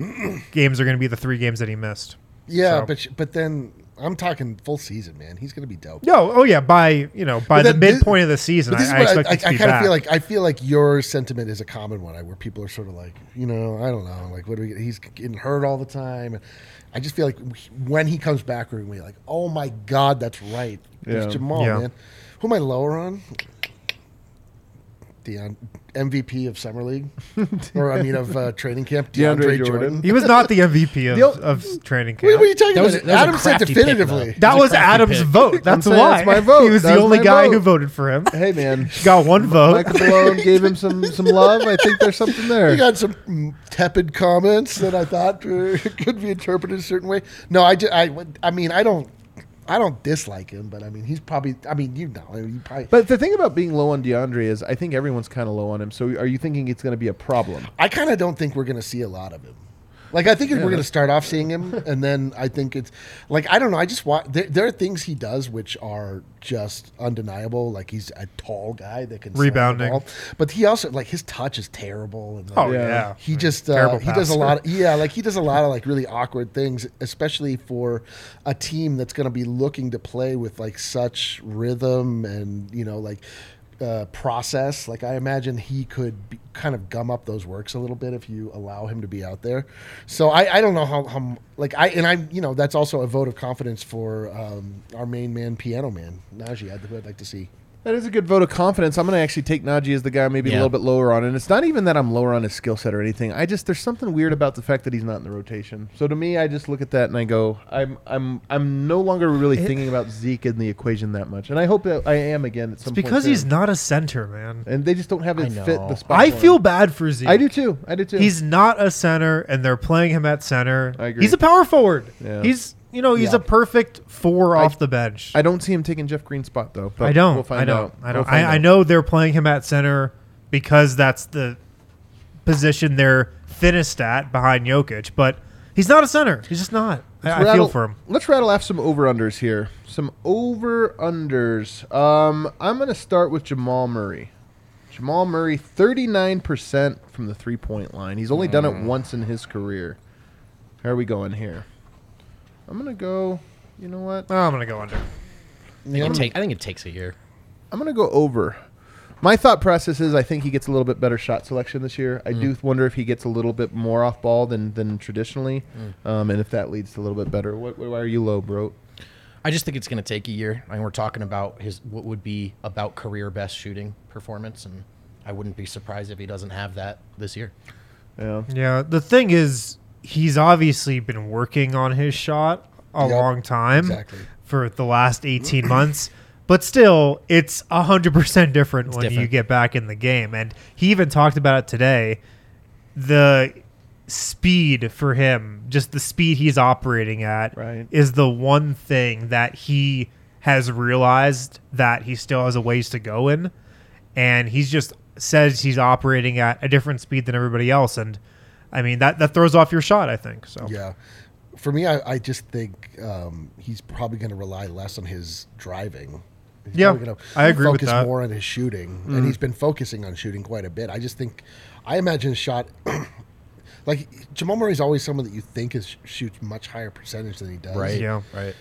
S2: games are going to be the three games that he missed.
S3: Yeah,
S2: So-
S3: but sh- but then I'm talking full season, man. He's gonna be dope.
S2: No, oh yeah, by you know by
S3: But
S2: the
S3: that- this-
S2: midpoint of the season,
S3: But
S2: I,
S3: this
S2: I
S3: is what
S2: expect
S3: I, I,
S2: it to be
S3: kind of
S2: back.
S3: feel like. I feel like your sentiment is a common one, I- where people are sort of like, you know, I don't know, like, what do we? He's getting hurt all the time. I just feel like when he comes back, we're gonna be like, oh my god, that's right.
S1: Yeah.
S3: There's Jamal,
S2: Yeah.
S3: man. Who am I lower on? Deion, MVP of summer league, or I mean of uh, training camp,
S1: DeAndre
S3: DeAndre,
S1: Jordan.
S3: Jordan.
S2: he was not the MVP of,
S1: The ol-
S2: of training camp.
S3: What were you talking
S4: That was-
S3: about?
S4: that was a
S3: Adam said
S4: crafty pick,
S3: definitively.
S4: though.
S2: that
S4: He's a
S2: was
S4: crappy
S2: Adam's
S4: pick.
S2: vote. That's
S1: saying
S2: why
S1: that's my vote.
S2: He was
S1: That
S2: the
S1: was
S2: only
S1: my
S2: guy
S1: vote.
S2: who voted for him.
S1: Hey man,
S2: Got one vote.
S1: Michael Malone gave him some some love. I think there's something there.
S3: You got some mm, tepid comments that I thought uh, could be interpreted a certain way. No, I, ju- I, I mean, I don't, I don't dislike him, but I mean, he's probably, I mean, you know, you probably,
S1: But the thing about being low on DeAndre is, I think everyone's kind of low on him. So, are you thinking it's going to be a problem?
S3: I kind of don't think we're going to see a lot of him. Like I think we're going to start off seeing him, and then I think it's like I don't know. I just watch. There, there are things he does which are just undeniable. Like he's a tall guy that can slam the
S2: Rebounding.
S3: ball. but he also like his touch is terrible. And like,
S2: Oh
S1: Yeah.
S2: yeah,
S3: he just uh,
S2: Terrible
S3: he does a
S2: passer.
S3: lot of, yeah like he does a lot of like really awkward things especially for a team that's going to be looking to play with like such rhythm and you know like uh, process like i imagine he could be, kind of gum up those works a little bit if you allow him to be out there so i, I don't know how, how m- like i and i'm you know that's also a vote of confidence for um, our main man piano man najee i'd, I'd like to see
S1: That is a good vote of confidence. I'm going to actually take Najee as the guy maybe a
S4: Yeah.
S1: little bit lower on, and it's not even that I'm lower on his skill set or anything. I just there's something weird about the fact that he's not in the rotation. So to me, I just look at that and I go, I'm I'm I'm no longer really thinking about Zeke in the equation that much, and I hope that I am again at some
S2: it's
S1: point
S2: because he's
S1: soon.
S2: not a center, man.
S1: and they just don't have it
S4: I
S1: fit
S4: know.
S1: the spot.
S2: I
S1: for him.
S2: feel bad for Zeke.
S1: I do too. I do too.
S2: He's not a center, and they're playing him at center.
S1: I agree.
S2: He's a power forward.
S1: Yeah.
S2: He's you know he's
S3: Yeah.
S2: a perfect four
S1: I-
S2: off the bench.
S1: I don't see him taking Jeff Green's spot though. but
S2: I don't.
S1: We'll find
S2: I don't.
S1: out.
S2: I don't.
S1: We'll
S2: I,
S1: find
S2: I
S1: out.
S2: know they're playing him at center because that's the position they're thinnest at behind Jokic, but he's not a center. He's just not. I, I feel
S1: rattle-
S2: for him.
S1: Let's rattle off some over unders here. Some over unders. Um, I'm going to start with Jamal Murray. Jamal Murray, 39% from the three point line. He's only done it
S2: Hmm.
S1: once in his career. How are we going here? I'm going to go. You know what?
S2: Oh, I'm gonna go under.
S4: I think, it, take, I think it takes a year.
S1: I'm going to go over. My thought process is I think he gets a little bit better shot selection this year. I do
S2: Hmm.
S1: wonder if he gets a little bit more off ball than, than traditionally,
S2: Hmm.
S1: um, and if that leads to a little bit better. What, why are you low, bro?
S4: I just think it's going to take a year. I mean, we're talking about his what would be about career best shooting performance, and I wouldn't be surprised if he doesn't have that this year.
S1: Yeah.
S2: Yeah. The thing is, he's obviously been working on his shot a
S3: Yep,
S2: long time
S3: exactly.
S2: for the last 18 months. But still, it's 100% different when you
S4: different.
S2: get back in the game. And he even talked about it today. The speed for him, just the speed he's operating at,
S1: Right.
S2: is the one thing that he has realized that he still has a ways to go in. And he's just says he's operating at a different speed than everybody else. And I mean, that, that throws off your shot, I think. So,
S3: Yeah. For me, I, I just think um, he's probably going to rely less on his driving. He's
S2: Yeah,
S3: probably gonna
S2: I agree with
S3: Focus
S2: that. Mm.
S3: more on his shooting, and he's been focusing on shooting quite a bit. I just think, I imagine his shot, like Jamal Murray's always someone that you think is shoots much higher percentage than he does.
S4: Right.
S2: Yeah.
S4: Right.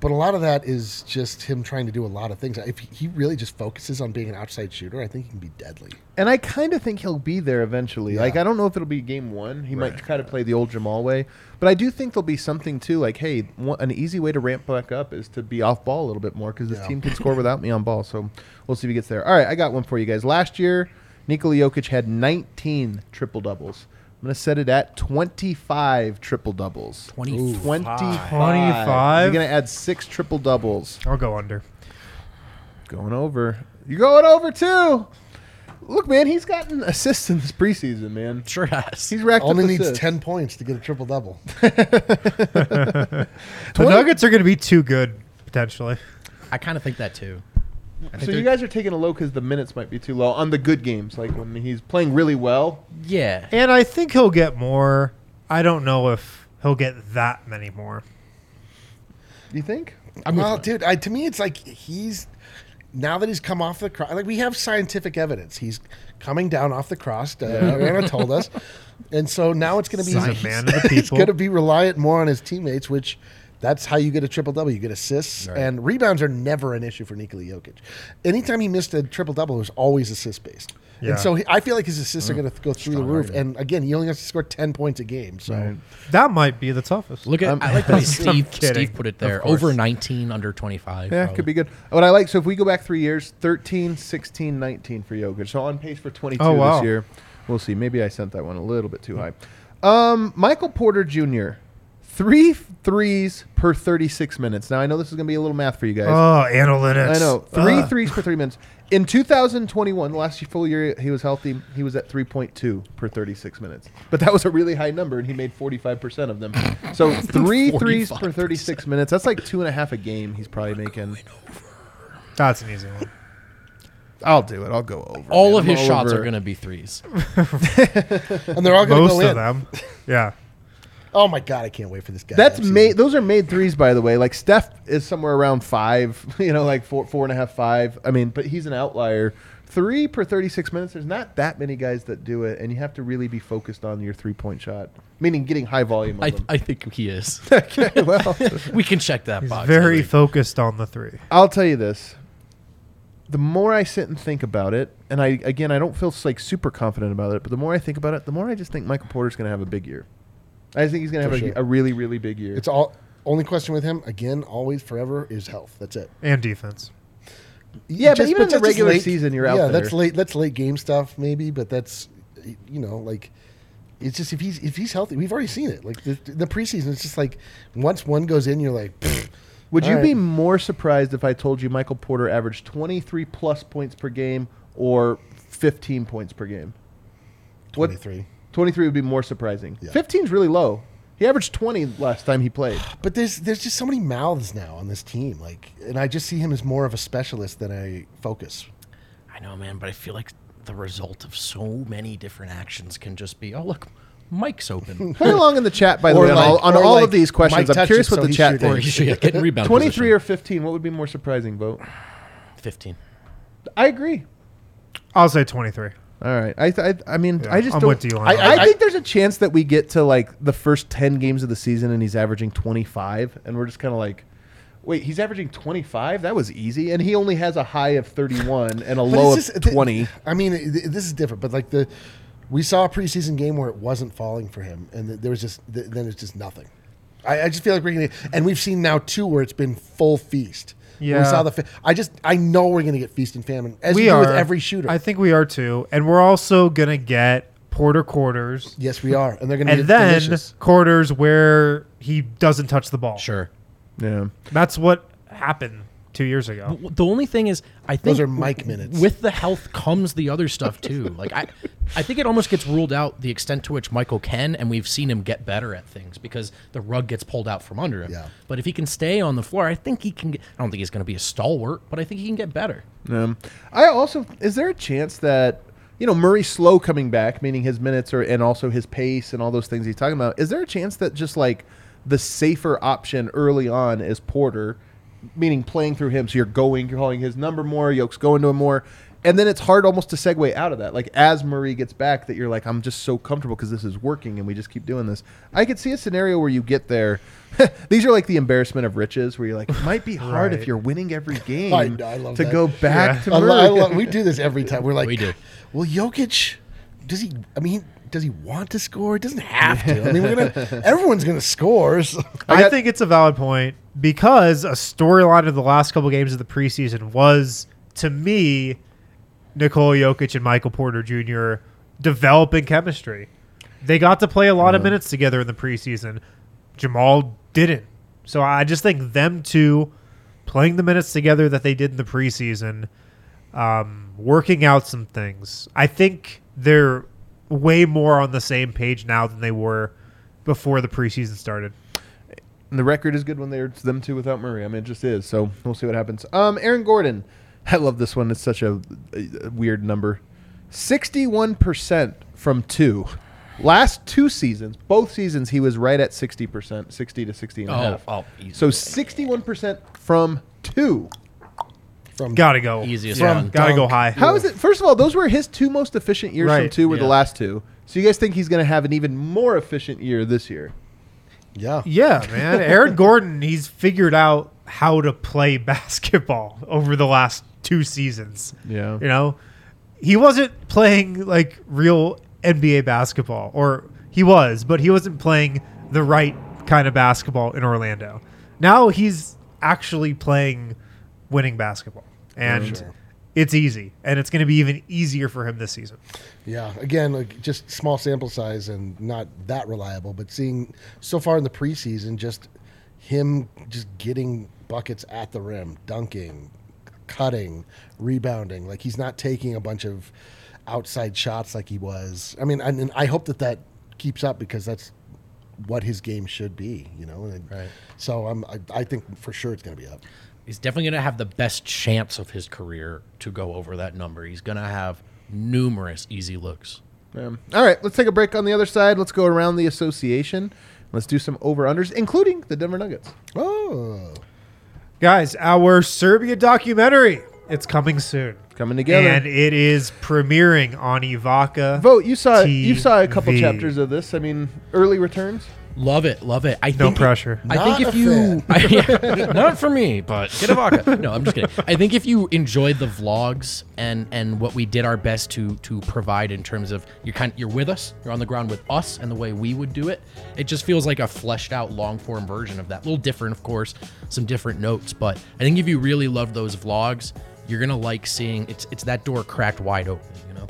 S3: But a lot of that is just him trying to do a lot of things. If he really just focuses on being an outside shooter, I think he can be deadly.
S1: And I kind of think he'll be there eventually. Like, I don't know if it'll be game one. He might try to play the old Jamal way. But I do think there'll be something, too. Like, hey, one, an easy way to ramp back up is to be off ball a little bit more because this
S3: Yeah.
S1: team can score without me on ball. So we'll see if he gets there. All right, I got one for you guys. Last year, Nikola Jokic had 19 triple doubles. I'm going to set it at 25 triple doubles.
S4: 25.
S1: 25.
S2: 25?
S1: You're going to add six triple doubles.
S2: I'll go under.
S1: Going over. You're going over too. Look, man, he's gotten assists in this preseason, man.
S4: Sure has.
S1: He's racked
S3: Only
S1: up
S3: needs
S1: assists.
S3: 10 points to get a triple double.
S2: The Nuggets are going to be too good, potentially.
S4: I kind of think that too. I think
S1: So you
S4: they're-
S1: guys are taking a low because the minutes might be too low on the good games, like when he's playing really well.
S4: yeah.
S2: And I think he'll get more. I don't know if he'll get that many more.
S1: You think?
S3: well, dude, I, to me, it's like he's now that he's come off the cross. Like we have scientific evidence, he's coming down off the cross. Uh, Ariana told us, and so now it's going to be
S2: He's a man of the
S3: He's
S2: people.
S3: going to be reliant more on his teammates, which. That's how you get a triple double. You get assists, and rebounds are never an issue for Nikola Jokic. Anytime he missed a triple double, it was always assist based.
S2: Yeah. Mm.
S3: And so he, I feel like his assists are going to go through the roof. And again, he only has to score 10 points a game. So
S2: That might be the toughest.
S4: Look at I like the way Steve,
S2: kidding.
S4: Steve put it there.
S2: Of course.
S4: Over 19, under 25.
S1: Yeah,
S4: probably.
S1: could be good. What I like, so if we go back three years, 13, 16, 19 for Jokic. So on pace for 22
S2: Oh, wow.
S1: this year. We'll see. Maybe I sent that one a little bit too high. Um, Michael Porter Jr., three f- threes per 36 minutes. Now, I know this is going to be a little math for you guys.
S2: Oh, analytics.
S1: I know. Uh. Three
S2: Ugh.
S1: threes per three minutes. In 2021, the last full year he was healthy, he was at 3.2 per 36 minutes. But that was a really high number, and he made 45% of them. So three threes per 36 minutes. That's like two and a half a game he's probably making.
S2: That's an easy one.
S1: I'll do it. I'll go over.
S4: All
S1: man.
S4: of
S1: I'm
S4: his shots
S1: over
S4: are
S1: it.
S4: going to be threes.
S3: and they're all going to go
S2: Most
S3: in.
S2: of them. Yeah.
S3: Oh my god, I can't wait for this guy.
S1: That's
S3: next
S1: made.
S3: season.
S1: Those are made threes, by the way. Like Steph is somewhere around five. You know, like four, four and a half, five. I mean, but he's an outlier. Three per thirty-six minutes. There's not that many guys that do it, and you have to really be focused on your three-point shot, meaning getting high volume. Of
S4: I,
S1: them.
S4: I think he is.
S1: okay, well,
S4: we can check that
S2: He's
S4: box. I
S2: very
S4: think.
S2: focused on the three.
S1: I'll tell you this. The more I sit and think about it, and I again, I don't feel like super confident about it, but the more I think about it, the more I just think Michael Porter's going to have a big year. I just think he's going to
S3: For
S1: have a,
S3: sure.
S1: a really, really big year.
S3: It's all. Only question with him again, always, forever is health. That's it.
S2: And defense.
S1: Yeah, but even in the
S3: that's
S1: regular
S3: late-
S1: season, you're out
S3: Yeah,
S1: there.
S3: that's late. That's late game stuff, maybe. But that's you know, like it's just if he's if he's healthy, we've already seen it. Like the, the preseason, it's just like once one goes in, you're like, pfft,
S1: Would
S3: All
S1: you
S3: right.
S1: be more surprised if I told you Michael Porter averaged 23 plus points per game or 15 points per game? What-
S3: 23.
S1: 23 would be more surprising.
S3: Yeah.
S1: 15 is really low. He averaged 20 last time he played.
S3: but there's there's just so many mouths now on this team. Like, and I just see him as more of a specialist than a focus.
S4: I know, man, but I feel like the result of so many different actions can just be, oh, look, Mike's open.
S1: Play along in the chat, by the
S3: Or
S1: way,
S3: like-
S1: on all, on
S3: or
S1: all
S3: like
S1: of these questions.
S3: Mike
S1: I'm
S3: touched
S1: curious
S3: it,
S1: what
S3: so
S1: the
S3: he's
S1: chat
S3: shooting.
S4: or
S1: thinks.
S4: he's yeah, getting rebound.
S1: 23
S4: position.
S1: or 15, what would be more surprising, vote?
S4: 15.
S1: I agree.
S2: I'll say 23.
S1: All right. I th- I, I mean,
S2: Yeah,
S1: I just
S2: I'm
S1: don't,
S2: with you on
S1: I,
S2: that.
S1: I, think there's a chance that we get to like the first 10 games of the season and he's averaging 25 and we're just kind of like wait, he's averaging 25? That was easy and he only has a high of 31 and a
S3: But
S1: low
S3: it's
S1: of
S3: th-
S1: 20.
S3: I mean, th- this is different, but like the we saw a preseason game where it wasn't falling for him, and th- there was just th- then it's just nothing. I, I just feel like we're gonna, and we've seen now two where it's been full feast. we
S2: Yeah.
S3: saw the. Fa- I just I know we're gonna get feast and famine as we,
S2: we
S3: do
S2: are
S3: with every shooter.
S2: I think we are too. And we're also going to get Porter quarters.
S3: yes, we are, and they're gonna be
S2: And then
S3: delicious.
S2: quarters where he doesn't touch the ball.
S4: Sure.
S1: yeah.
S2: That's what happened. two years ago.
S4: W- The only thing is, I think
S3: Those are Mike minutes.
S4: With the health comes the other stuff too. Like I, I think it almost gets ruled out the extent to which Michael can, and we've seen him get better at things because the rug gets pulled out from under him.
S3: Yeah.
S4: But if he can stay on the floor, I think he can. Get, I don't think he's going to be a stalwart, but I think he can get better.
S1: Um, I also is there a chance that you know Murray slow coming back, meaning his minutes are and also his pace and all those things he's talking about. Is there a chance that just like the safer option early on is Porter, meaning playing through him, so you're going, you're calling his number more, Yoke's going to him more, and then it's hard almost to segue out of that. Like as Murray gets back, that you're like, I'm just so comfortable because this is working and we just keep doing this. I could see a scenario where you get there. These are like the embarrassment of riches, where you're like, it might be hard if
S2: Right.
S1: you're winning every game
S3: I know, I love
S1: to
S3: that.
S1: go back to
S3: I
S1: Murray.
S3: lo- I lo- we do this every time. We're like,
S4: We do.
S3: Well, Jokic, does he? I mean, does he want to score? He doesn't have to. I mean, we're gonna. Everyone's gonna score. so-
S2: I,
S1: got-
S2: think it's a valid point because a storyline of the last couple games of the preseason was, to me, Nikola Jokic and Michael Porter Jr. developing chemistry. They got to play a lot of minutes together in the preseason. Jamal didn't. So I just think them two playing the minutes together that they did in the preseason, um, working out some things. I think they're way more on the same page now than they were before the preseason started.
S1: And the record is good when they're it's them two without Murray. I mean, it just is. So we'll see what happens. Um, Aaron Gordon, I love this one. It's such a, a weird number, sixty-one percent from two. Last two seasons, both seasons, he was right at sixty percent, sixty to sixty and a
S4: Oh,
S1: half.
S4: oh,
S1: so
S4: easily.
S1: sixty-one percent from two.
S3: From
S2: Gotta go.
S4: Easiest
S2: Yeah,
S4: one.
S2: Gotta go
S3: Dunk.
S2: high.
S1: How is it? First of all, those were his two most efficient years from
S2: Right,
S1: two were the
S4: yeah.
S1: last two. So you guys think he's going to have an even more efficient year this year?
S3: yeah,
S2: Yeah, man. Aaron Gordon, he's figured out how to play basketball over the last two seasons.
S1: Yeah.
S2: You know, he wasn't playing like real NBA basketball, or he was, but he wasn't playing the right kind of basketball in Orlando. Now he's actually playing winning basketball. And
S3: sure.
S2: it's easy. And it's going to be even easier for him this season.
S3: yeah. Again, like just small sample size and not that reliable. But seeing so far in the preseason, just him just getting buckets at the rim, dunking, cutting, rebounding. Like he's not taking a bunch of outside shots like he was. I mean, I, and I hope that that keeps up because that's what his game should be. You know, and
S4: Right.
S3: so I'm. I, I think for sure it's going to be up.
S4: He's definitely going to have the best chance of his career to go over that number. He's going to have numerous easy looks.
S1: Um, all right, let's take a break on the other side. Let's go around the association. Let's do some over unders, including the Denver Nuggets.
S3: Oh.
S2: Guys, our Serbia documentary, it's coming soon.
S1: Coming together.
S2: And it is premiering on Ivaca.
S1: Vote. You saw you saw a couple
S2: TV.
S1: chapters of this. I mean, early returns.
S4: Love it, love it. I
S2: No
S4: think it-
S2: pressure.
S4: I
S3: Not
S4: think if
S3: a
S4: you,
S3: fan.
S4: I, yeah, not for me, but get a vodka. No, I'm just kidding. I think if you enjoyed the vlogs and and what we did our best to to provide in terms of you're kind you're with us, you're on the ground with us, and the way we would do it, it just feels like a fleshed out long form version of that. A little different, of course, some different notes, but I think if you really love those vlogs, you're gonna like seeing it's it's that door cracked wide open, you know.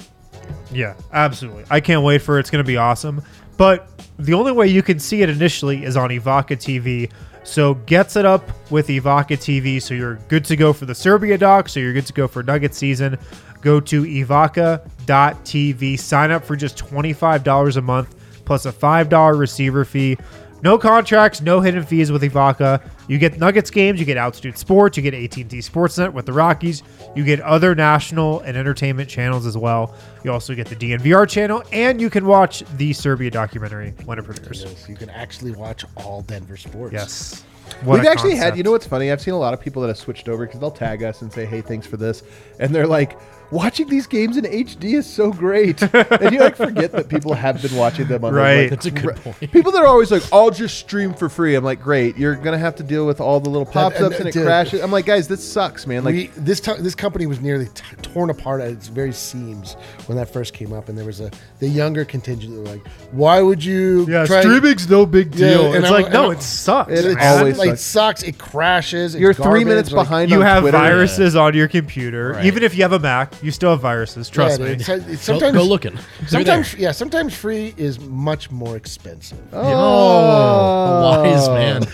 S2: Yeah, absolutely. I can't wait for it. It's going to be awesome. But the only way you can see it initially is on Ivaca TV. So gets it up with Ivaca TV. So you're good to go for the Serbia doc. So you're good to go for Nugget season. Go to ivaca.tv. Sign up for just $25 a month plus a $5 receiver fee. No contracts, no hidden fees with Ivaca. You get Nuggets games, you get Altitude Sports, you get AT&T Sportsnet with the Rockies. You get other national and entertainment channels as well. You also get the DNVR channel, and you can watch the Serbia documentary when it premieres.
S3: Yes, you can actually watch all Denver sports.
S2: Yes, what
S1: We've
S2: a
S1: actually had.
S2: concept.
S1: You know what's funny? I've seen a lot of people that have switched over because they'll tag us and say, "Hey, thanks for this," and they're like, "Watching these games in HD is so great," and you like forget that people have been watching them on those,
S2: Right.
S1: like,
S4: That's a good
S1: re-
S4: point.
S1: People that are always like, "I'll just stream for free." I'm like, "Great, you're gonna have to deal with all the little pops ups
S3: and-
S1: and it
S3: dude.
S1: crashes." I'm like, "Guys, this sucks, man." Like,
S3: we, this t- this company was nearly t- torn apart at its very seams when that first came up, and there was a the younger contingent that were like, "Why would you?"
S2: yeah,
S3: try-
S2: streaming's no big
S3: Yeah,
S2: deal.
S3: and
S2: it's
S3: I'm-
S2: like
S3: and
S2: no,
S3: I'm-
S2: it sucks.
S1: It is
S3: It
S2: man.
S1: always
S3: like
S1: sucks.
S3: sucks. It crashes. It's
S1: you're three
S3: garbage,
S1: minutes
S3: like-
S1: behind.
S2: you
S1: on
S2: have
S1: Twitter.
S2: viruses on your computer,
S4: Right.
S2: even if you have a Mac, you still have viruses. Trust
S3: Yeah,
S2: me.
S3: dude, it's- it's
S4: Go-
S3: sometimes
S4: go, looking.
S3: Sometimes, yeah, sometimes free is much more expensive.
S4: oh, wise man,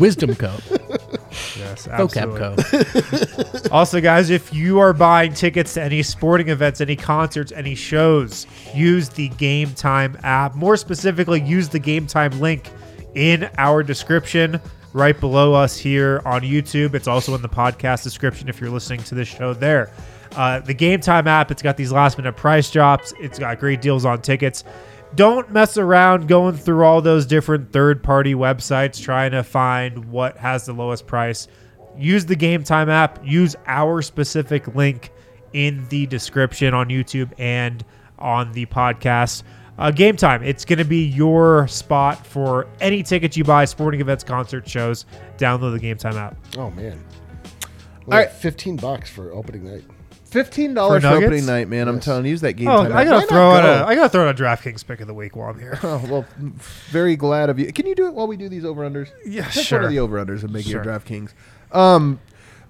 S4: wisdom code.
S2: Yes,
S4: Go
S2: absolutely.
S4: Capco.
S2: Also, guys, if you are buying tickets to any sporting events, any concerts, any shows, use the Game Time app. More specifically, use the Game Time link in our description right below us here on YouTube. It's also in the podcast description if you're listening to this show there. Uh, the Game Time app, it's got these last minute price drops, it's got great deals on tickets. Don't mess around going through all those different third party websites trying to find what has the lowest price use the game time app use our specific link in the description on youtube and on the podcast uh, game time it's going to be your spot for any tickets you buy sporting events concert shows download the game time app
S3: Oh man.
S1: All right.
S3: Like, fifteen bucks for opening night.
S1: Fifteen dollars for,
S2: nuggets?
S1: opening night, man. I'm telling you, use that game
S2: oh
S1: time.
S2: i
S1: app. Why
S2: gotta
S1: not
S2: throw out
S1: go?
S2: a i gotta throw out a draftkings pick of the week while i'm here
S1: Oh well, m- very glad of you. Can you do it while we do these over unders?
S2: Yeah,
S1: Pick
S2: sure.
S1: One of the over unders and make it your
S2: Sure.
S1: DraftKings. Um,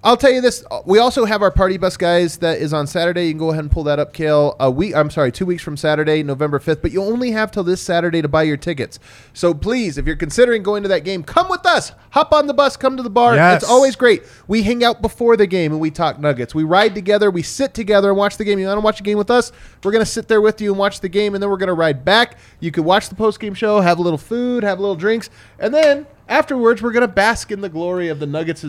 S1: I'll tell you this. uh, We also have our party bus guys that is on Saturday. You can go ahead and pull that up, Kale. A week. I'm sorry, two weeks from Saturday, November 5th. But you only have till this Saturday to buy your tickets. So please, if you're considering going to that game, come with us. Hop on the bus. Come to the bar.
S2: Yes.
S1: It's always great. We hang out before the game and we talk nuggets. We ride together, we sit together and watch the game. You want to watch a game with us? We're going to sit there with you and watch the game, and then we're going to ride back. You could watch the post game show, have a little food, have a little drinks, and then afterwards, we're going to bask in the glory of the Nuggets'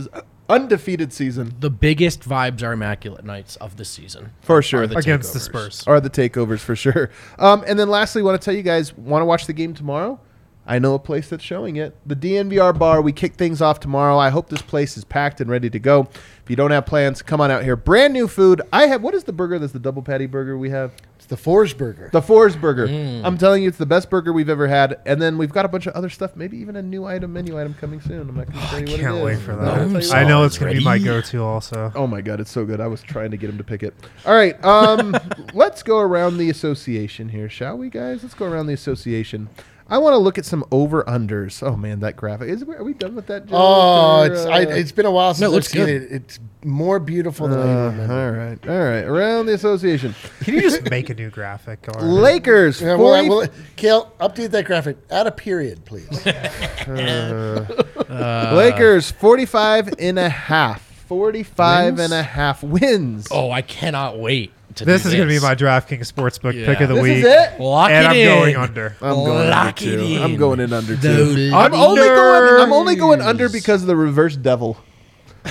S1: undefeated season.
S4: the biggest vibes are immaculate nights of the season.
S1: For sure.
S4: Are the
S2: against the
S4: takeovers.
S2: spurs
S1: Are the takeovers for sure. Um, and then lastly, want to tell you guys, want to watch the game tomorrow? I know a place that's showing it. The DNVR bar. We kick things off tomorrow. I hope this place is packed and ready to go. If you don't have plans, come on out here. Brand new food. I have what is the burger that's the double patty burger we have?
S3: It's the Forge Burger.
S1: The Fours burger.
S2: Mm.
S1: I'm telling you, it's the best burger we've ever had. And then we've got a bunch of other stuff, maybe even a new item, menu item coming soon. I'm not going to tell you what
S2: Oh, can't
S1: it
S2: wait
S1: is.
S2: for
S1: I'm not gonna tell you
S2: that
S1: what
S2: i
S1: it
S2: know
S4: all
S2: it's gonna be my
S4: ready.
S2: go-to also
S1: Oh my god, it's so good. I was trying to get him to pick it. All right, um, let's go around the association here, shall we, guys? Let's go around the association. I want to look at some over unders. Oh man, that graphic is. Are we done with that? Joe?
S3: Oh,
S1: Or,
S3: it's I,
S1: uh,
S3: it's been a while since I've
S4: looks
S3: seen
S4: good.
S3: it. It's more beautiful than I
S1: uh,
S3: even remember.
S1: all right, all right. Around the association,
S2: can you just make a new graphic or
S1: Lakers.
S3: Yeah, well, I,
S1: 40
S3: well, Kale, update that graphic. Add a period, please.
S1: Lakers 45 and a half. 45 and a half wins.
S4: Oh, I cannot wait. To
S2: this
S4: do
S2: is gonna be my draftkings sportsbook
S4: Yeah.
S2: pick of the
S1: This is
S2: week
S1: it?
S4: Lock
S2: and i'm
S4: it in.
S2: going under
S1: I'm going
S4: Lock
S1: under
S4: it
S1: two. I'm
S4: in.
S1: going in under
S4: The
S1: two. I'm only going. I'm only going under because of the reverse devil.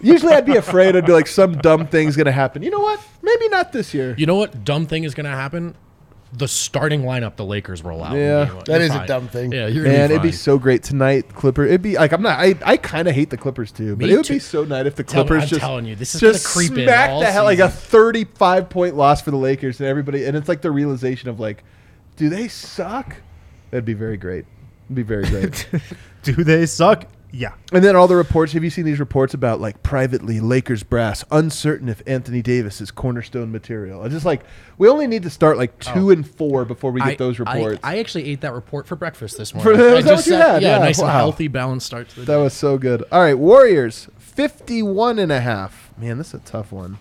S1: Usually, I'd be afraid. I'd be like, some dumb thing's gonna happen. You know what? Maybe not this year.
S4: You know what dumb thing is going to happen? The starting lineup the Lakers roll out.
S1: Yeah.
S4: You're
S3: That is a
S4: fine.
S3: dumb thing.
S4: Yeah, you're
S1: Man,
S4: Man,
S1: it'd be so great tonight, Clipper. It'd be like I'm not. I, I kind of hate the Clippers too, but
S4: Me
S1: it would
S4: too.
S1: be so nice if the
S4: Tell-
S1: Clippers
S4: I'm
S1: just
S4: telling you, this is
S1: just
S4: gonna creep in
S1: smack
S4: all
S1: the hell like a
S4: season.
S1: 35 point loss for the Lakers and everybody, and it's like the realization of like, do they suck? That'd be very great. It'd be very great.
S2: Do they suck? Yeah.
S1: And then all the reports. Have you seen these reports about like privately Lakers brass uncertain if Anthony Davis is cornerstone material? I just like we only need to start like two and four before we get those reports.
S4: Oh. I, actually ate that report for breakfast this
S1: For- was
S4: morning.
S1: that
S4: I just
S1: what you
S4: sat-
S1: had?
S4: Yeah,
S1: Yeah,
S4: nice and
S1: wow.
S4: healthy, balanced start to the
S1: that
S4: day.
S1: was so good. All right, Warriors 51 and a half. Man, this is a tough one.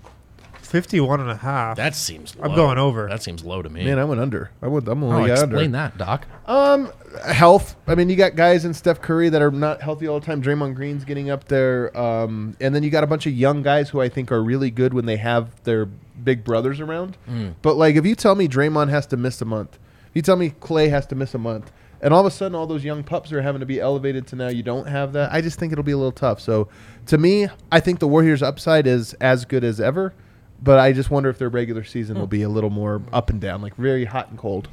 S2: 51 and a half.
S4: That seems. Low.
S2: I'm going over.
S4: That seems low to me.
S1: Man, I went under. I went. I'm
S4: oh,
S1: only got under.
S4: explain that, Doc.
S1: Um, health. I mean, you got guys in Steph Curry that are not healthy all the time. Draymond Green's getting up there, um, and then you got a bunch of young guys who I think are really good when they have their big brothers around. But like, if you tell me Draymond has to miss a month, if you tell me Clay has to miss a month, and all of a sudden all those young pups are having to be elevated to now you don't have that. I just think it'll be a little tough. So, to me, I think the Warriors' upside is as good as ever. But I just wonder if their regular season will be a little more up and down, like very hot and cold.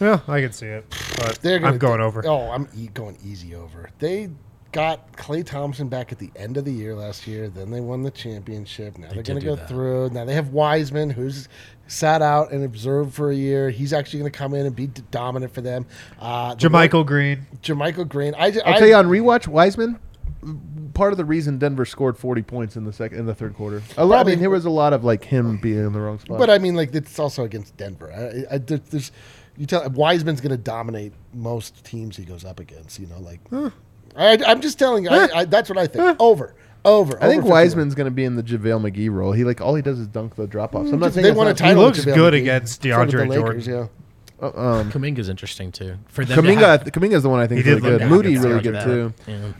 S2: yeah, I can see it. But
S3: They're gonna
S2: I'm going
S3: do-
S2: over.
S3: Oh, I'm e- going easy over. They got Clay Thompson back at the end of the year last year. Then they won the championship. Now they are
S4: did
S3: going to
S4: do
S3: go
S4: that.
S3: through. Now they have Wiseman, who's sat out and observed for a year. He's actually going to come in and be d- dominant for them. Uh, the
S2: Jermichael Green.
S3: Wa- Jermichael Green. I, ju-
S1: I'll
S3: I-
S1: tell you on rewatch, Wiseman. Part of the reason Denver scored 40 points in the second in the third quarter. A lot, I
S3: Probably-
S1: mean, there was a lot of like him being in the wrong spot.
S3: But I mean, like it's also against Denver. I, I, there- there's, you tell Wiseman's going to dominate most teams he goes up against. You know, like I, I'm just telling. you, I, I, that's what I think. Over, over.
S1: I think
S3: over 51.
S1: Wiseman's going to be in the JaVale McGee role. He like all he does is dunk the drop offs. I'm not saying
S3: Mm, they
S1: that's
S3: won a
S1: not-
S3: title.
S2: looks
S3: with JaVale
S2: good
S3: McGee
S2: against
S3: in front of
S2: DeAndre
S3: the Lakers, yeah.
S1: uh, um,
S4: Kaminga's interesting too. For them, to have-
S1: Kaminga, Kaminga is the one I think
S2: He
S1: is really
S2: did look
S1: good.
S2: down.
S1: Moody
S2: Yeah,
S1: really
S2: look
S1: good
S4: at
S1: too.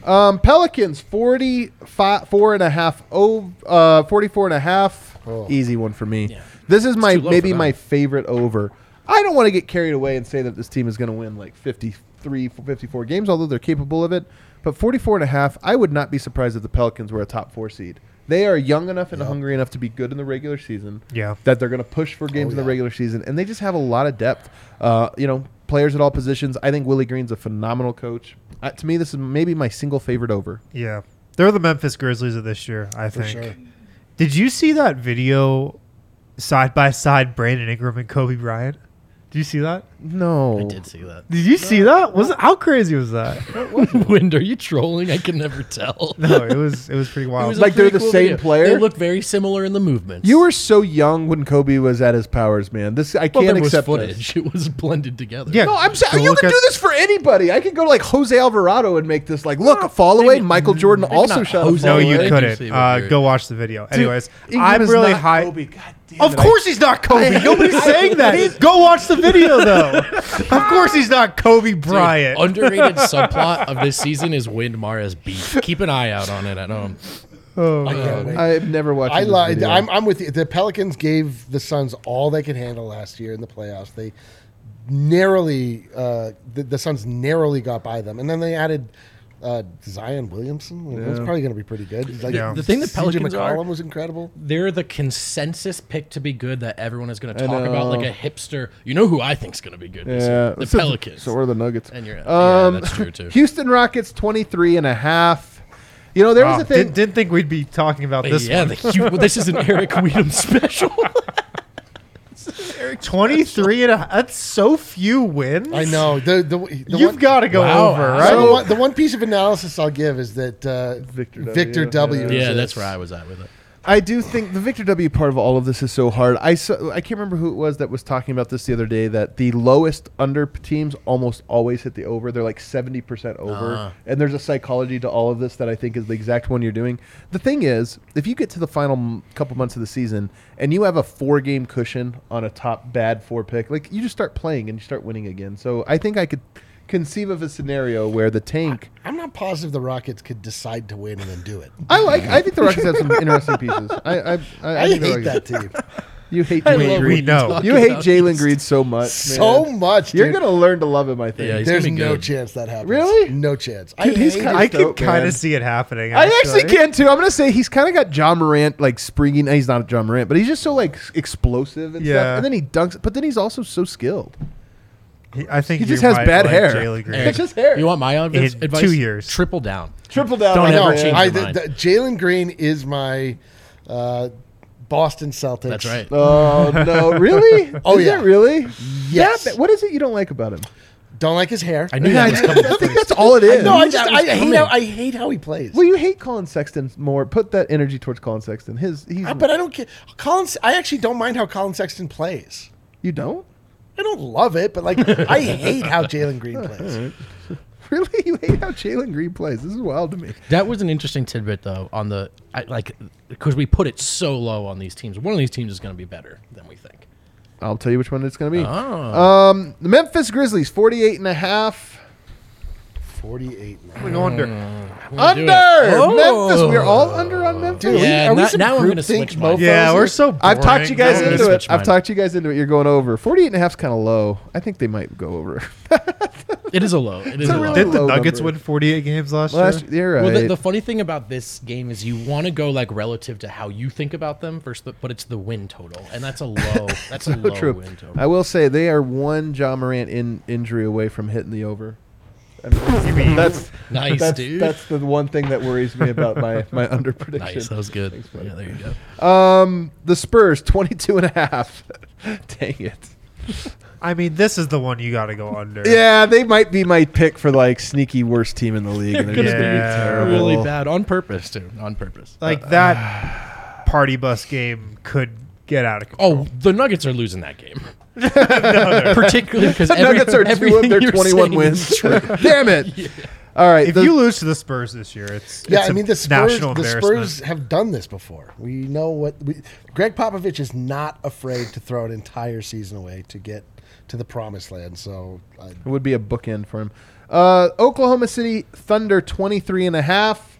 S4: that.
S1: Um, Pelicans 45, four and a half, ov- uh, 44 and a half.
S3: Oh.
S1: Easy one for me. This is my
S4: too low for
S1: maybe
S4: them.
S1: my favorite over. I don't want to get carried away and say that this team is going to win like 53, 54 games, although they're capable of it. But 44 and a half, I would not be surprised if the Pelicans were a top four seed. They are young enough and hungry enough to be good in the regular season
S2: Yeah.
S1: that they're going to push
S4: Oh,
S1: for games in the
S3: yeah.
S1: regular season, and they just have a lot of depth. Uh, you know, players at all positions. I think Willie Green's a phenomenal coach. Uh, to me, this is maybe my single favorite over.
S2: Yeah. They're the Memphis Grizzlies of this year, I think.
S3: sure.
S2: Did you see that video side by side Brandon Ingram and Kobe Bryant? Did you see that?
S1: No,
S4: I did see that.
S2: Did you see that? Was it, how crazy was that?
S4: Wind, are you trolling? I can never tell.
S2: no, it was it was pretty
S4: It
S2: wild.
S4: was a
S1: Like they're
S4: pretty
S1: the same player?
S4: They look very similar in the movements.
S1: You were so young when Kobe was at his powers, man. This I
S4: well,
S1: can't
S4: there was
S1: accept
S4: footage.
S1: this.
S4: It was blended together.
S2: Yeah.
S1: No, I'm saying
S2: Go
S1: you
S2: look
S1: can
S2: at-
S1: do this for anybody. I could go to like Jose Alvarado and make this like look a fall away.
S4: maybe-
S1: Michael Jordan
S4: maybe
S1: also
S4: not
S1: shot a
S4: Jose.
S1: fall
S2: no, you
S4: I
S1: away.
S4: did
S2: couldn't.
S4: see what
S2: Uh,
S4: you're-
S2: go watch the video. Anyways,
S1: Ingram
S2: I'm
S1: is
S2: really
S1: not
S2: high.
S1: Kobe. God damn
S2: Of
S1: it, I-
S2: course he's not Kobe. Nobody's saying that. Go watch the video though. of course he's not Kobe
S4: Dude,
S2: Bryant.
S4: underrated subplot of this season is Wind Mara's beef. Keep an eye out on it at home.
S3: I can't wait.
S1: I've never watched.
S3: I
S1: this
S3: lied.
S1: video.
S3: I'm, I'm with you. The Pelicans gave the Suns all they could handle last year in the playoffs. They narrowly, uh, the, the Suns narrowly got by them, and then they added uh, Zion Williamson. Like, That's probably going to be pretty good. Like,
S2: Yeah. The
S4: thing that
S3: CJ
S4: Pelicans are-
S3: McCollum was incredible.
S4: They're the consensus pick to be good that everyone is going to
S1: I
S4: talk about, like
S1: know.
S4: a hipster. You know who I think's going to be good? this
S1: Yeah.
S4: year? the
S1: So-
S4: Pelicans.
S1: So are the Nuggets.
S4: And you're- yeah,
S1: um,
S4: that's true, too.
S1: Houston Rockets 23 and a half. You know, there was
S2: Wow,
S1: a thing.
S2: Did, Oh, didn't think we'd be talking about
S4: But
S2: this.
S4: yeah,
S2: one.
S4: the, Hu- this is an Eric Weedham special.
S2: 23 and a, that's so few wins.
S3: I know. The, the, the
S2: You've
S3: one-
S2: got to go
S4: Wow,
S2: over,
S4: I
S2: right?
S3: So the, one, the one piece of analysis I'll give is that uh,
S1: Victor
S3: Victor
S1: W,
S3: W.
S1: yeah.
S3: is
S4: yeah, that's
S3: just-
S4: where I was at with it.
S1: I do think the Victor W part of all of this is so hard. I saw, I can't remember who it was that was talking about this the other day that the lowest under teams almost always hit the over. They're like 70% over. And there's a psychology to all of this that I think is the exact one you're doing. The thing is, if you get to the final m- couple months of the season and you have a four game cushion on a top bad four pick, like you just start playing and you start winning again. So I think I could conceive of a scenario where the tank.
S3: I'm not positive the Rockets could decide to win and then do it.
S1: I like. I think the Rockets have some interesting pieces. I I, I,
S3: I,
S1: think the
S3: hate
S1: Rockets-
S3: that team
S1: You hate
S2: We-
S1: Jalen
S2: we
S1: Green.
S2: know.
S1: You hate Jalen Green so much. Man.
S3: so much.
S1: You're
S3: dude.
S1: gonna learn to love him. I think.
S4: Yeah, he's-
S3: There's
S4: gonna be
S3: no
S4: good.
S3: chance that happens.
S1: Really?
S3: No chance.
S1: Dude, he's
S3: hate
S1: kinda-
S3: it.
S2: I can
S1: dope,
S2: kind
S1: man.
S2: of see it happening.
S1: I actually can too. I'm gonna say he's kind of got John Morant like springing. He's not John Morant, but he's just so like s- explosive and stuff.
S2: Yeah.
S1: And then he dunks, but then he's also so skilled.
S2: He- I think
S1: He
S2: you
S1: just has
S2: might
S1: bad
S2: like
S1: hair.
S2: Jalen Green.
S1: It's just hair.
S4: You want my advice?
S2: In
S4: advice?
S2: two years.
S4: Triple down.
S1: Triple down.
S4: Don't
S1: on
S4: ever
S1: him.
S4: change
S3: I,
S4: your mind.
S3: the, the, Jalen Green is my uh, Boston Celtics.
S4: That's right.
S1: Oh no! Really?
S3: Oh,
S1: is
S3: yeah.
S1: that really?
S3: Yes.
S1: That- what is it you don't like about him?
S3: Don't like his hair.
S4: I knew that was coming.
S1: I think that's all it is.
S3: no, I just
S4: that was
S3: I hate
S4: coming.
S3: how I hate how he plays.
S1: well, you hate Colin Sexton more. Put that energy towards Colin Sexton. His he's.
S3: I- but I don't care. Colin, Se- I actually don't mind how Colin Sexton plays.
S1: you don't.
S3: I don't love it, but like I hate how Jalen Green plays.
S1: Really, you hate how Jalen Green plays. This is wild to me.
S4: That was an interesting tidbit, though, on the I, like because we put it so low on these teams. One of these teams is going to be better than we think.
S1: I'll tell you which one it's going to be.
S4: Oh,
S1: Um, the Memphis Grizzlies, 48 and a half.
S3: Forty-eight. man.
S2: Going under.
S1: Under!
S4: Oh.
S1: Memphis. We are all under on Memphis.
S3: Dude,
S4: Yeah,
S3: are we
S4: now-
S3: some
S4: now I'm gonna
S3: groupthink
S4: switch mine.
S3: mofos
S2: Yeah,
S3: here?
S2: we're so. Boring.
S1: I've talked you guys
S4: I'm gonna
S1: into it.
S4: switch
S1: I've
S4: mine.
S1: talked you guys into it. You're going over. 48 and a half is kind of low. I think they might go over.
S4: it is a low. It is
S1: a
S4: a low.
S1: really
S2: Did the
S1: low
S2: Nuggets
S1: number.
S2: win 48 games last
S1: Last,
S2: year?
S1: you're right.
S4: Well, the, the funny thing about this game is you want to go like relative to how you think about them versus, the, but it's the win total, and that's a low. That's a
S1: So
S4: low
S1: true.
S4: win total.
S1: I will say they are one John Morant in injury away from hitting the over. I mean, that's
S4: Nice,
S1: that's,
S4: dude.
S1: that's the one thing that worries me about my my under prediction.
S4: nice. That was good. yeah, there you go.
S1: Um, the Spurs 22 and a half. Dang it.
S2: I mean, this is the one you got to go under.
S1: Yeah, they might be my pick for like sneaky worst team in the league. and they're
S2: They're
S1: just
S2: gonna
S1: gonna
S2: be
S1: be terrible.
S4: Really bad on purpose too. On purpose.
S2: Like that party bus game could get out of control.
S4: Oh, the Nuggets are losing that game. Particularly because
S1: The Nuggets are two of their 21 wins. Damn it! All right,
S2: If
S1: Oh, the-
S2: you lose to the Spurs this year, it's
S3: Yeah,
S2: it's
S3: I
S2: a
S3: mean the Spurs.
S2: national
S3: The
S2: embarrassment.
S3: Spurs have done this before. We know what we, Greg Popovich is not afraid to throw an entire season away to get to the promised land. So uh, I,
S1: It would be a bookend for him. Uh, Oklahoma City Thunder 23 and a half.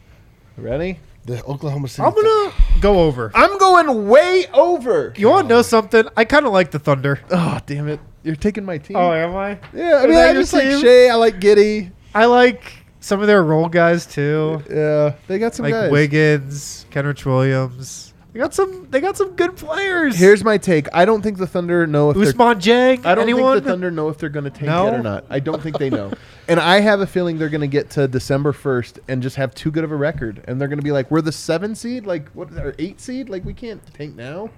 S1: Ready?
S3: the Oklahoma City.
S2: I'm gonna go over.
S1: I'm going way over.
S2: You want to know something? I kind of like the Thunder.
S1: Oh, damn it. You're taking my team.
S2: am I?
S1: yeah, Oh, I mean, I just like Shea. I like Giddy.
S2: I like some of their role guys too,
S1: Yeah, they got some
S2: like
S1: guys.
S2: Wiggins, Kenrich Williams. They got some. They got some good players.
S1: Here's my take. I don't think the Thunder know if they're
S2: Usman Jang.
S1: I don't
S2: anyone?
S1: think the Thunder know if they're going to tank
S2: No?
S1: it or not. I don't think they know. and I have a feeling they're going to get to December 1st and just have too good of a record. And they're going to be like, we're the seven seed? Like, what, or eight seed? Like, we can't tank now.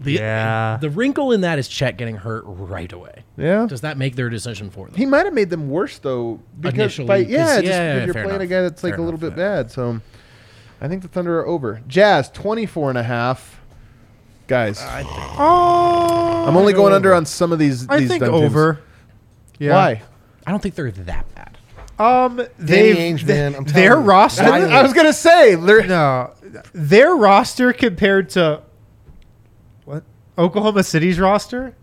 S4: The,
S2: Yeah.
S4: The wrinkle in that is Chet getting hurt right away.
S1: Yeah.
S4: Does that make their decision for them?
S1: he might have made them worse, though. Because
S4: Initially,
S1: by,
S4: 'cause-
S1: yeah, just
S4: yeah, yeah,
S1: because you're
S4: fair
S1: playing a
S4: enough.
S1: guy that's like
S4: Fair
S1: a little
S4: enough,
S1: bit bad. So I think the Thunder are over. Jazz, 24 and a half. Guys,
S2: Oh,
S1: I'm only going under on some of these.
S2: I
S1: these
S2: think
S1: dumb teams.
S2: over. Yeah.
S1: Why?
S4: I don't think they're that bad.
S2: Um,
S3: Danny
S2: they
S3: Ainge, man, I'm telling
S2: their
S3: you.
S2: roster.
S1: I, I was going to say, they're-
S2: no, their roster compared to what Oklahoma City's roster.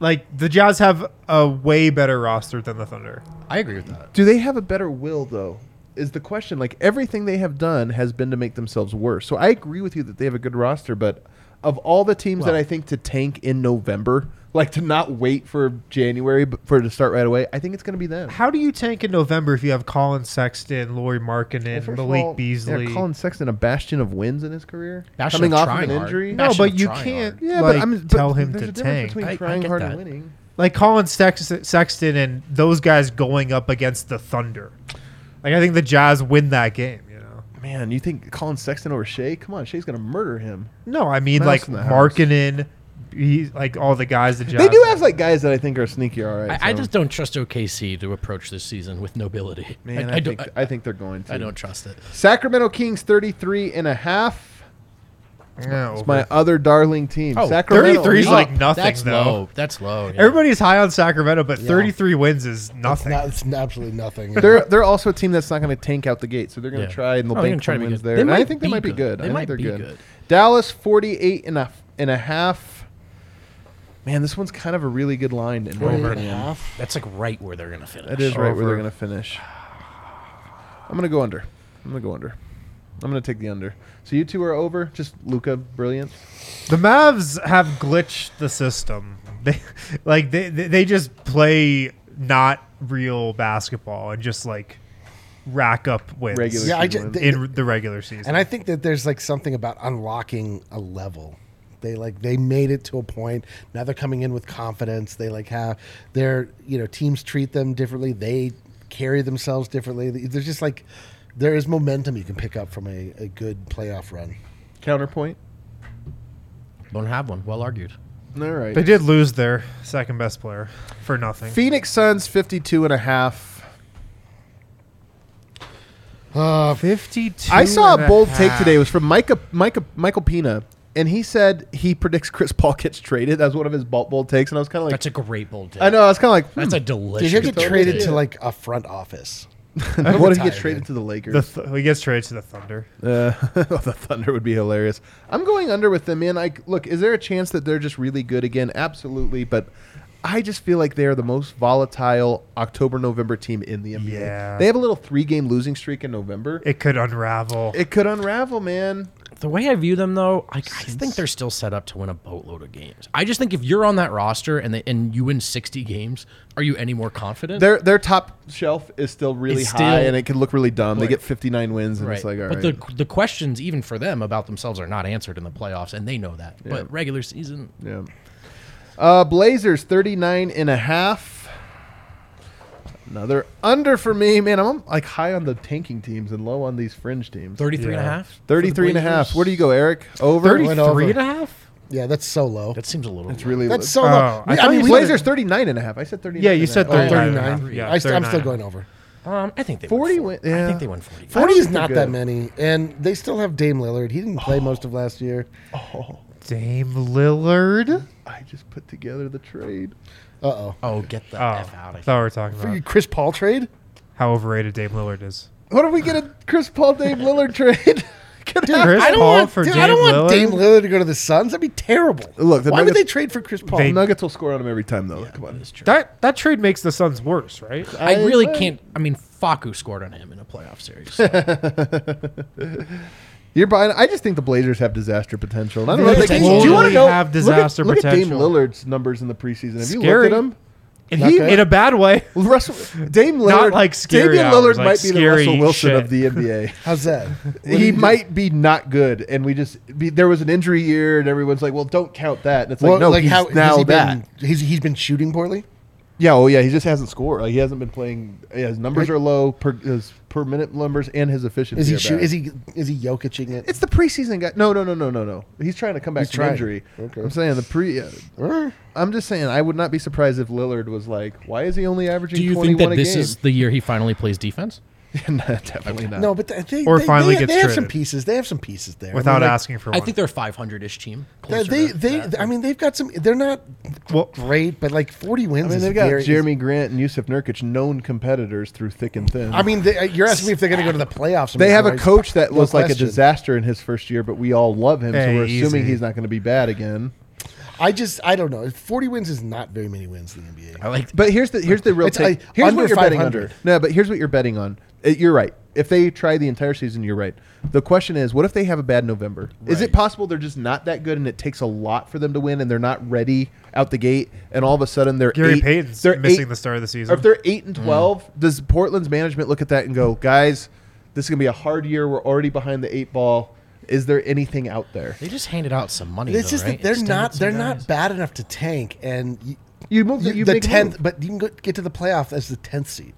S2: Like the Jazz have a way better roster than the Thunder.
S4: I agree with that.
S1: Do they have a better will though? Is the question like everything they have done has been to make themselves worse. So I agree with you that they have a good roster, but of all the teams that I think to tank in November, like to not wait for January but for it to start right away, I think it's going to be them.
S2: How do you tank in November if you have Colin Sexton, Lori
S1: Well,
S2: Markkinen,
S1: first of
S2: Malik
S1: all,
S2: Beasley?
S1: Yeah, Colin Sexton, a bastion of wins in his career,
S4: Bastion
S1: coming
S4: of
S1: off of
S4: trying
S1: an
S4: hard.
S1: injury.
S4: Bastion
S2: no, but
S4: of
S2: you
S4: trying
S2: can't
S4: hard.
S1: yeah,
S2: like,
S1: but I'm but
S2: tell him
S1: there's a
S2: to
S1: difference
S2: tank.
S1: between
S4: I- I
S1: trying
S4: get
S1: hard
S4: that.
S1: and winning.
S2: like Colin Sex- Sexton and those guys going up against the Thunder. Like I think the Jazz win that game. You know?
S1: Man, you think Colin Sexton over Shea? Come on, Shea's going to murder him.
S2: No, I mean
S1: Mouse
S2: like
S1: in the house.
S2: Markkinen, he, like all the guys. The Jazz
S1: They do have like guys that I think are sneaky. All right,
S4: I, I
S1: so-
S4: just don't trust OKC to approach this season with nobility.
S1: man, I,
S4: I,
S1: think
S4: don't,
S1: I, think they're going to.
S4: I don't trust it.
S1: Sacramento Kings 33 and a half.
S2: No,
S1: It's my other darling team.
S4: Oh,
S1: Sacramento.
S2: 33 is
S1: Oh,
S2: like nothing
S4: That's
S2: though.
S4: low. That's low. yeah.
S2: Everybody's high on Sacramento, but 33 wins is
S3: It's,
S2: nothing.
S3: not, it's absolutely nothing.
S1: They're they're also a team that's not going to tank out the gate, so they're going to
S4: Yeah.
S1: try and they'll
S4: Oh, they're
S1: bank
S4: gonna try
S1: some
S4: to be
S1: wins
S4: good.
S1: there.
S4: They
S1: and I
S4: might
S1: think they
S4: be
S1: might be
S4: good.
S1: good.
S4: They
S1: I think
S4: might
S1: they're
S4: be
S1: good.
S4: good.
S1: Dallas 48 and a, and a half. Man, this one's kind of a really good line. In my
S3: Forty and a
S1: opinion.
S3: half.
S4: That's like right where they're gonna finish.
S1: That is right where
S2: Over.
S1: they're going to finish. I'm going to go under. I'm going to go under. I'm going to take the under. So you two are over. Just Luca, brilliant.
S2: The Mavs have glitched the system. They like they they they just play not real basketball and just like rack up wins
S1: Regular
S3: Yeah, I
S1: season
S3: ju-
S1: wins.
S2: in the regular season.
S3: And I think that there's like something about unlocking a level. They like they made it to a point. Now they're coming in with confidence. They like have their you know teams treat them differently. They carry themselves differently. There's just like there is momentum you can pick up from a, a good playoff run.
S1: Counterpoint.
S4: Don't have one. Well argued.
S1: All right.
S2: they did lose their second best player for nothing.
S1: Phoenix Suns 52 and a half.
S3: Uh,
S2: 52.
S1: I saw
S2: and
S1: a bold take
S2: half.
S1: today. It was from Micah, Micah, Michael Pina, and he said he predicts Chris Paul gets traded. That was one of his bold, bold takes, and I was kind of like,
S4: That's a great bold take.
S1: I know, I was kind of like,
S4: That's a
S1: hmm,
S3: did
S4: delicious.
S3: you get
S4: bold
S3: traded
S4: take.
S3: to like a front office?
S1: what if he
S3: tired,
S1: gets traded
S3: dude.
S1: to the Lakers?
S2: The th- he gets traded to the Thunder.
S1: Uh, the Thunder would be hilarious. I'm going under with them, man. I look, is there a chance that they're just really good again? Absolutely, but I just feel like they are the most volatile October November team in the NBA.
S2: Yeah.
S1: They have a little three game losing streak in November. It,
S2: It could unravel.
S1: could unravel, man.
S4: The way I view them, though, I, I think they're still set up to win a boatload of games. I just think if you're on that roster and they, and you win 60 games, are you any more confident?
S1: Their their top shelf is still really
S4: It's
S1: high,
S4: still-
S1: and it can look really dumb.
S4: Right.
S1: They get 59 wins, and it's like, all right.
S4: but the the questions even for them about themselves are not answered in the playoffs, and they know that. But regular season,
S1: Yeah. Uh, Blazers 39 and a half. Another under for me, man. I'm like high on the tanking teams and low on these fringe teams.
S4: 33 and a
S2: Yeah.
S4: half.
S1: 33 and a half. Where do you go, Eric? Over?
S2: 33 and a half?
S3: Yeah, that's so low.
S4: That
S3: That's,
S4: seems a little.
S1: It's really low.
S3: so
S2: Oh,
S3: low.
S2: I thought you
S3: we-
S1: Blazers 39 and a half. I said 39.
S2: Yeah, you
S1: and a
S2: said
S1: half.
S3: oh,
S2: 39.
S3: 39.
S2: Yeah,
S3: I st- I'm
S2: 39.
S3: still going over.
S4: um, I think they
S1: 40
S4: Win
S1: win-
S4: 40. I
S1: yeah.
S4: think they win 40.
S1: I don't
S3: 40 is
S1: think they're
S3: not that
S1: good.
S3: many, and they still have Dame Lillard. He didn't
S2: Oh.
S3: play most of last year.
S2: Dame Lillard?
S1: Oh, I just put together the trade.
S3: Uh oh.
S4: Oh, get the
S2: Oh, I
S4: f out of
S2: thought
S4: here.
S2: we were talking about
S3: Chris Paul trade?
S2: how overrated Dame Lillard is.
S1: What if we get a Chris Paul Dave Lillard trade? could
S3: Dude,
S1: happen.
S2: Chris
S3: I don't
S2: Paul
S3: want,
S2: for
S3: dude,
S2: Dame
S3: I don't want
S2: Lillard?
S3: Dame Lillard to go to the Suns. That'd be terrible.
S1: Look, the
S3: why would
S1: Nuggets-
S3: they trade for Chris Paul?
S2: They-
S1: Nuggets will score on him every time, though. Come on.
S2: That that trade makes the Suns worse, right?
S4: I really
S1: agree.
S4: can't. I mean, Faku scored on him in a playoff series. so.
S1: You're buying. I just think the Blazers have disaster potential. And I don't
S2: They
S1: know. If they can,
S2: totally
S1: do you want to know?
S2: have disaster
S1: look at, Look
S2: potential.
S1: at Dame Lillard's numbers in the preseason. Have you
S2: Scary.
S1: looked at them?
S2: and he
S1: Okay.
S2: in a bad way.
S1: Russell, Dame Lillard,
S2: Not like scary
S1: Damian
S2: hours,
S1: Lillard
S2: like
S1: might be the
S2: scary
S1: Russell Wilson
S2: shit.
S1: of the NBA.
S3: How's that?
S1: he might be not good, and we just be, there was an injury year, and everyone's like, "Well, don't count that." And it's like, no, he's
S3: has
S1: now
S3: he
S1: that.
S3: Been, he's, he's been shooting poorly.
S1: Yeah, oh yeah, he just hasn't scored. Like he hasn't been playing. Yeah, his numbers are low per his per minute numbers and his efficiency.
S3: Is he
S1: are
S3: shoot,
S1: bad.
S3: Is he is he Jokicing it?
S1: It's the preseason guy. No, no, no, no, no, no. He's trying to come back
S3: He's
S1: from
S3: trying.
S1: injury.
S3: Okay.
S1: I'm saying the pre. Uh,
S3: Eh.
S1: I'm just saying I would not be surprised if Lillard was like, why is he only averaging?
S4: Do you
S1: 21
S4: think that this
S1: a game?
S4: is the year he finally plays defense?
S1: no, definitely not.
S3: no, but they, they,
S2: Or
S3: they,
S2: finally
S3: they,
S2: gets
S3: they have some
S2: traded.
S3: pieces. They have some pieces there. I mean,
S2: Without
S3: like,
S2: asking for one.
S4: I think they're a 500-ish team.
S3: They,
S4: closer
S3: they,
S4: to
S3: they,
S4: that.
S3: I mean, they've got some. They're not
S2: Well-
S3: great, but like forty wins.
S1: I mean,
S3: is
S1: they've got
S3: very-
S1: Jeremy Grant and Yusuf Nurkic, known competitors through thick and thin.
S3: I mean, they, uh, you're asking me if they're going to go to the playoffs. I
S1: They
S3: mean,
S1: have a
S3: no,
S1: coach that
S3: no
S1: was like a
S3: question.
S1: disaster in his first year, but we all love him, so
S2: Hey,
S1: we're assuming
S2: easy.
S1: he's not going to be bad again.
S3: I just, I don't know. Forty wins is not very many wins in the NBA.
S4: I like.
S1: But here's the here's the real
S3: It's,
S1: take.
S3: uh,
S1: Here's
S3: under
S1: what you're betting
S3: 500.
S1: under. No, but here's what you're betting on. Uh, You're right. If they try the entire season, you're right. The question is, what if they have a bad November? Is it possible they're just not that good, and it takes a lot for them to win, and they're not ready out the gate, and all of a sudden they're
S2: Gary
S1: eight,
S2: Payton's
S1: they're
S2: missing
S1: eight-
S2: the start of the season. Mm.
S1: Or if they're eight and twelve, does Portland's management look at that and go, guys, this is going to be a hard year. We're already behind the eight ball. Is there anything out there?
S4: They just handed out some money.
S3: It's
S4: though,
S3: just
S4: right?
S3: that they're
S4: Extended
S3: not
S4: some
S3: they're
S4: guys.
S3: not bad enough to tank, and you,
S1: You move the- you
S3: the
S1: make a
S3: tenth,
S1: move.
S3: but you can go, get to the playoff as the tenth seed.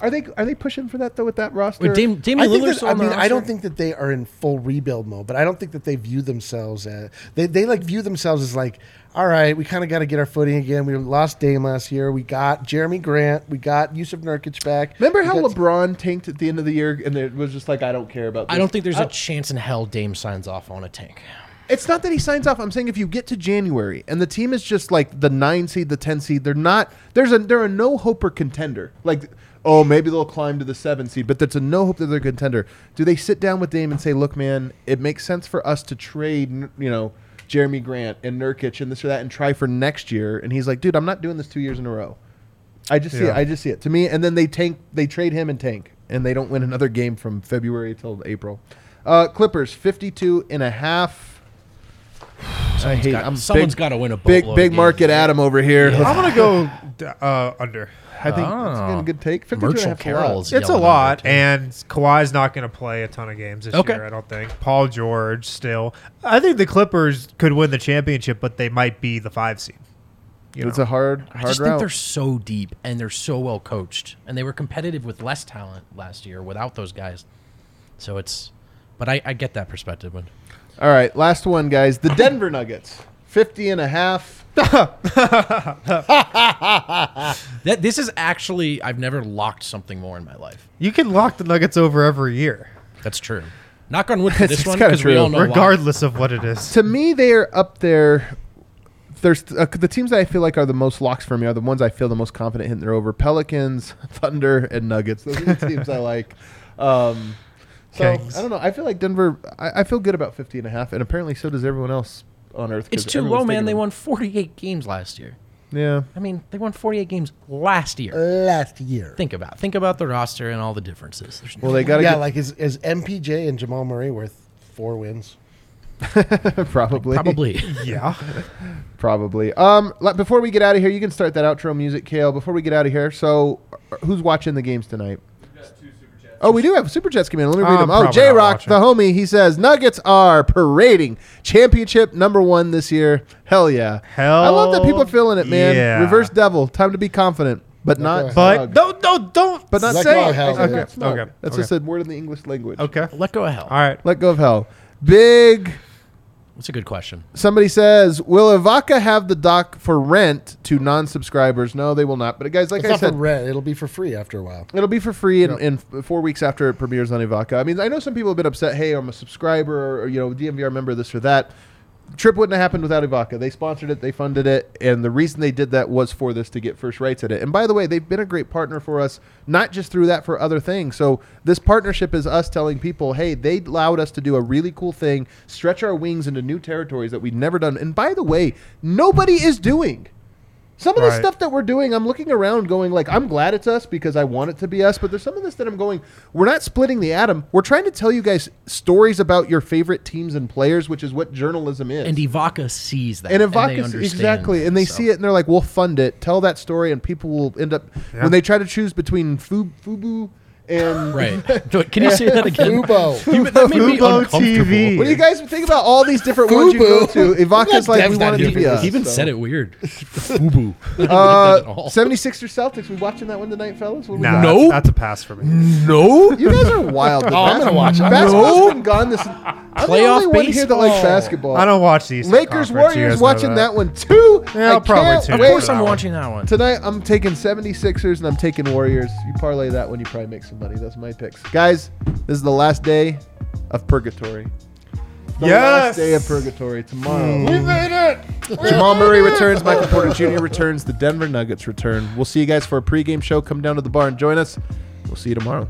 S1: Are they are they pushing for that though with that roster?
S4: Wait, Dame, Damian
S3: I, think
S4: Lillard's
S3: that- I
S4: on the
S3: mean, I don't
S4: roster?
S3: think that they are in full rebuild mode, but I don't think that they view themselves as they, they like view themselves as like, all right, we kind of got to get our footing again. We lost Dame last year. We got Jeremy Grant. We got Yusuf Nurkic back.
S1: Remember
S3: We
S1: how
S3: got-
S1: LeBron tanked at the end of the year and it was just like, I don't care about this.
S4: I don't think there's
S1: a.
S4: a chance in hell Dame signs off on a tank.
S1: it's not that he signs off. I'm saying if you get to January and the team is just like the nine seed, the ten seed, they're not. There's a they're a no hope or contender. Like oh maybe they'll climb to the seven seed, but that's a no hope that they're a contender. Do they sit down with Dame and say, look, man, it makes sense for us to trade, n- you know, Jeremy Grant and Nurkic and this or that and try for next year? And he's like, dude, I'm not doing this two years in a row. I just see it.
S2: Yeah.
S1: I just see it. To me, and then they tank. They trade him and tank, and they don't win another game from February till April. Uh, Clippers 52 and a half. I hate.
S4: got-
S1: I'm
S4: someone's
S1: big-
S4: gotta win a
S1: big
S4: boatload of
S1: big
S4: games,
S1: market Adam over here.
S2: I'm gonna go d- uh, under.
S1: I think that's been a good take. 52 and a
S4: Marshall
S1: half is a lot.
S4: Carroll's
S2: It's a
S4: yelling
S2: lot,
S4: under, too.
S2: and Kawhi's not going to play a ton of games this
S4: Okay.
S2: year. I don't think. Paul George still. I think the Clippers could win the championship, but they might be the five seed. You know,
S1: It's a hard hard
S4: I just
S1: route.
S4: think they're so deep and they're so well coached, and they were competitive with less talent last year without those guys. So it's, but I, I get that perspective. But
S1: All right, last one, guys. The Denver Nuggets 50 and a half.
S4: that this is actually I've never locked something more in my life.
S2: you can lock the Nuggets over every year,
S4: That's true. Knock on wood for this
S1: It's
S4: one
S1: kinda
S4: because we
S1: true.
S4: all know why.
S2: regardless of what it is.
S1: to me, they are up there. There's uh, the teams that I feel like are the most locks for me are the ones I feel the most confident hitting their over: Pelicans, Thunder, and Nuggets. Those are the teams I like. Um, so
S2: Kings.
S1: I don't know. I feel like Denver. I, I feel good about 50 and a half, and apparently so does everyone else on Earth.
S4: It's
S1: 'cause
S4: too
S1: everyone's
S4: low, man.
S1: taking
S4: They
S1: them.
S4: won 48 games last year.
S1: Yeah,
S4: I mean, they won 48 games last year.
S1: Uh,
S3: last year?
S4: think about think about the roster and all the differences. There's
S1: Well, they got to
S3: yeah,
S1: get
S3: like is, is MPJ and Jamal Murray worth four wins?
S1: probably
S4: probably.
S2: yeah,
S1: Probably. Um, le- before we get out of here, you can start that outro music, Kale. Before we get out of here, so uh, who's watching the games tonight? Oh, we do have super chats coming in. Let me read
S2: I'm
S1: them. Oh,
S2: probably not
S1: J Rock,
S2: watching.
S1: the homie, he says Nuggets are parading championship number one this year. Hell yeah!
S2: Hell
S1: I love that people are feeling it, man.
S2: yeah.
S1: Reverse devil. Time to be confident, but not.
S2: but
S1: smug.
S2: don't don't don't.
S1: but not
S3: Let
S1: say
S3: go of
S1: it.
S3: hell,
S1: I said
S3: yeah.
S1: not smug.
S2: Okay,
S1: That's
S2: okay.
S1: just a word in the English language.
S2: okay.
S4: Let go of hell.
S2: All right.
S1: Let go of hell. Big
S4: That's a good question.
S1: Somebody says, "Will Ivaca have the doc for rent to non-subscribers?" No, they will not. But guys, like
S3: It's
S1: I
S3: not
S1: said,
S3: for rent. It'll be for free after a while.
S1: it'll be for free in, in f- four weeks after it premieres on Ivaca. I mean, I know some people have been upset. Hey, I'm a subscriber, or, you know, DMVR member, this or that. trip wouldn't have happened without Ibaka. They sponsored it, they funded it, and the reason they did that was for this to get first rights at it. And by the way, they've been a great partner for us, not just through that for other things. So this partnership is us telling people, hey, they allowed us to do a really cool thing, stretch our wings into new territories that we'd never done. And by the way, nobody is doing. Some of the
S2: Right.
S1: stuff that we're doing, I'm looking around going like, I'm glad it's us because I want it to be us, but there's some of this that I'm going, we're not splitting the atom. We're trying to tell you guys stories about your favorite teams and players, which is what journalism is.
S4: And Ivaka sees that.
S1: and
S4: they
S1: Ivaka
S4: understand
S1: exactly,
S4: that,
S1: and they
S4: so.
S1: see it and they're like, "We'll fund it. Tell that story, and people will end up when they try to choose between Fu- Fubu and
S4: Right. Do- Can you say that again?
S3: Fubo.
S4: You- that made me
S2: Fubo
S4: uncomfortable.
S2: TV.
S1: What do you guys think about all these different ones you go
S3: Fubu.
S1: to? Ivaka's like,
S3: Dev's
S1: "We
S3: not
S1: want it to
S3: even-
S1: be us."
S4: He even
S1: so.
S4: said it weird. Fubu.
S1: Uh,
S4: all.
S1: 76ers Celtics. We watching that one tonight, fellas? What we
S2: Nah,
S1: got?
S2: that's-
S4: Nope.
S2: That's, a pass for me.
S4: no.
S1: You guys are wild. oh,
S3: I'm gonna watch it. I'm
S1: Basketball's been gone this. I'm the
S4: Playoff
S1: only one here that likes
S4: baseball.
S1: basketball.
S2: I don't watch these.
S1: Lakers Warriors watching that. one too.
S2: Yeah, I'll
S1: I
S2: probably
S1: can't
S2: tune in
S1: wait.
S2: for
S4: Of course,
S2: that
S4: I'm
S2: one.
S4: watching that one.
S1: Tonight I'm taking 76ers and I'm taking Warriors. You parlay that one, you probably make some money. That's my picks, guys. This is the last day of purgatory. The
S2: Yes. Mm.
S1: last day of purgatory tomorrow.
S3: We made it.
S1: Jamal Murray returns. Michael Porter Jr. returns. The Denver Nuggets return. We'll see you guys for a pregame show. Come down to the bar and join us. We'll see you tomorrow.